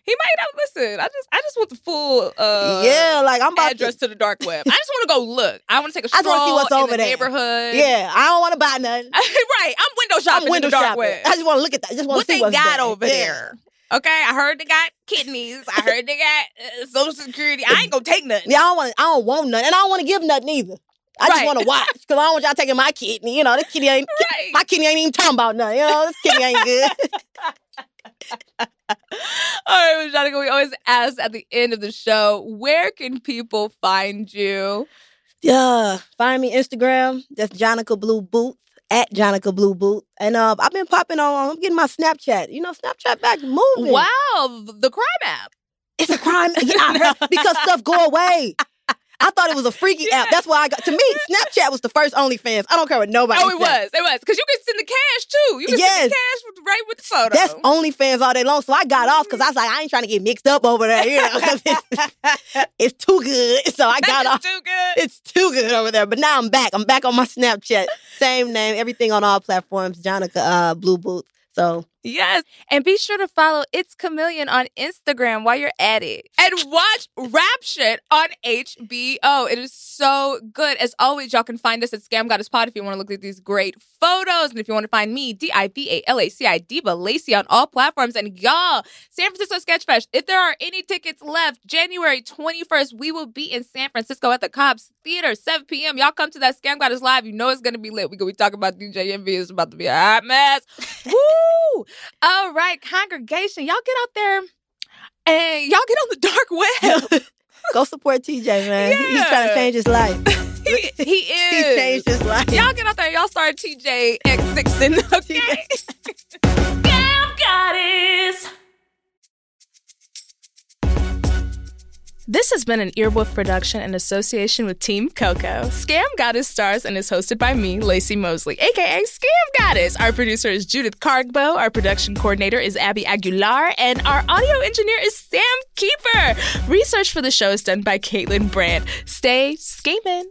C: He might not listen. I just, I just want the full uh,
E: yeah, like I'm about
C: address
E: to.
C: to the dark web. I just want to go look. I want to take a
E: I
C: stroll
E: just wanna see what's
C: in
E: over
C: the
E: there.
C: neighborhood.
E: Yeah, I don't want to buy nothing.
C: right. I'm window shopping
E: I'm window
C: in the dark
E: shopping.
C: web.
E: I just want to look at that. I just want
C: what
E: to see
C: they
E: what's
C: got
E: there.
C: over
E: Yeah.
C: there? Okay, I heard they got kidneys. I heard they got uh, social security. I ain't gonna take nothing.
E: Yeah, I don't want. I don't want nothing, and I don't want to give nothing either. I
C: Right.
E: just want to watch because I don't want y'all taking my kidney. You know, this kidney ain't.
C: Right.
E: My kidney ain't even talking about nothing. You know, this kidney ain't good.
C: All right, Monica, we always ask at the end of the show, where can people find you?
E: Yeah, find me Instagram. That's Jonica Blue Boots at Jonica Blue Boots. And uh, I've been popping on. I'm getting my Snapchat. You know, Snapchat back moving.
C: Wow, the crime app.
E: It's a crime Yeah, I heard- because stuff go away. I thought it was a freaky app. That's why I got to me. Snapchat was the first OnlyFans. I don't care what nobody.
C: Oh, it
E: says.
C: was. It was. Because you can send the cash too. You can send
E: Yes.
C: the cash with- right with the photo.
E: That's OnlyFans all day long. So I got off because I was like, I ain't trying to get mixed up over there. You know, 'cause it's, it's too good. So I got off.
C: That's too good.
E: It's too good over there. But now I'm back. I'm back on my Snapchat. Same name, everything on all platforms. Jonica uh, Blue Boots. So
C: Yes. And be sure to follow It's Chameleon on Instagram while you're at it. And watch Rap Shit on HBO. It is so good. As always, y'all can find us at Scam Goddess Pod if you want to look at these great photos. And if you want to find me, D-I-V-A-L-A-C-I, Diva Lacey on all platforms. And y'all, San Francisco Sketch Fest, if there are any tickets left, January 21st, we will be in San Francisco at the Cops Theater, 7 p.m. Y'all come to that Scam Goddess Live. You know it's going to be lit. We're going to be talking about DJ Envy. It's about to be a hot mess. Woo! All right, congregation, y'all get out there and y'all get on the dark web.
E: go support TJ, man. He- He's trying
C: Yeah.
E: to change his life.
C: he, he
E: He
C: is.
E: changed his life.
C: Y'all get out there. Y'all start TJ X6 okay?
B: Scam Goddess.
G: This has been an Earwolf production in association with Team Coco. Scam Goddess stars and is hosted by me, Lacey Mosley, aka Scam Goddess. Our producer is Judith Cargbo, our production coordinator is Abby Aguilar, and our audio engineer is Sam Keeper. Research for the show is done by Caitlin Brandt. Stay scamming.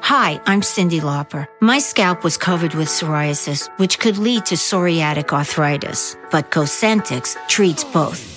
F: Hi, I'm Cindy Lauper. My scalp was covered with psoriasis, which could lead to psoriatic arthritis, but Cosentix treats both.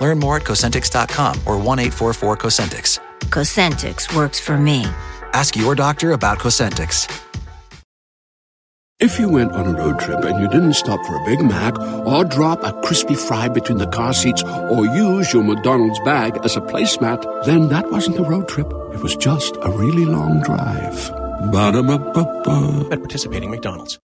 A: Learn more at Cosentix.com or 1 844 Cosentix.
F: Cosentix works for me.
A: Ask your doctor about Cosentix.
H: If you went on a road trip and you didn't stop for a Big Mac or drop a crispy fry between the car seats or use your McDonald's bag as a placemat, then that wasn't a road trip. It was just a really long drive. Ba-da-ba-ba-ba.
K: At participating McDonald's.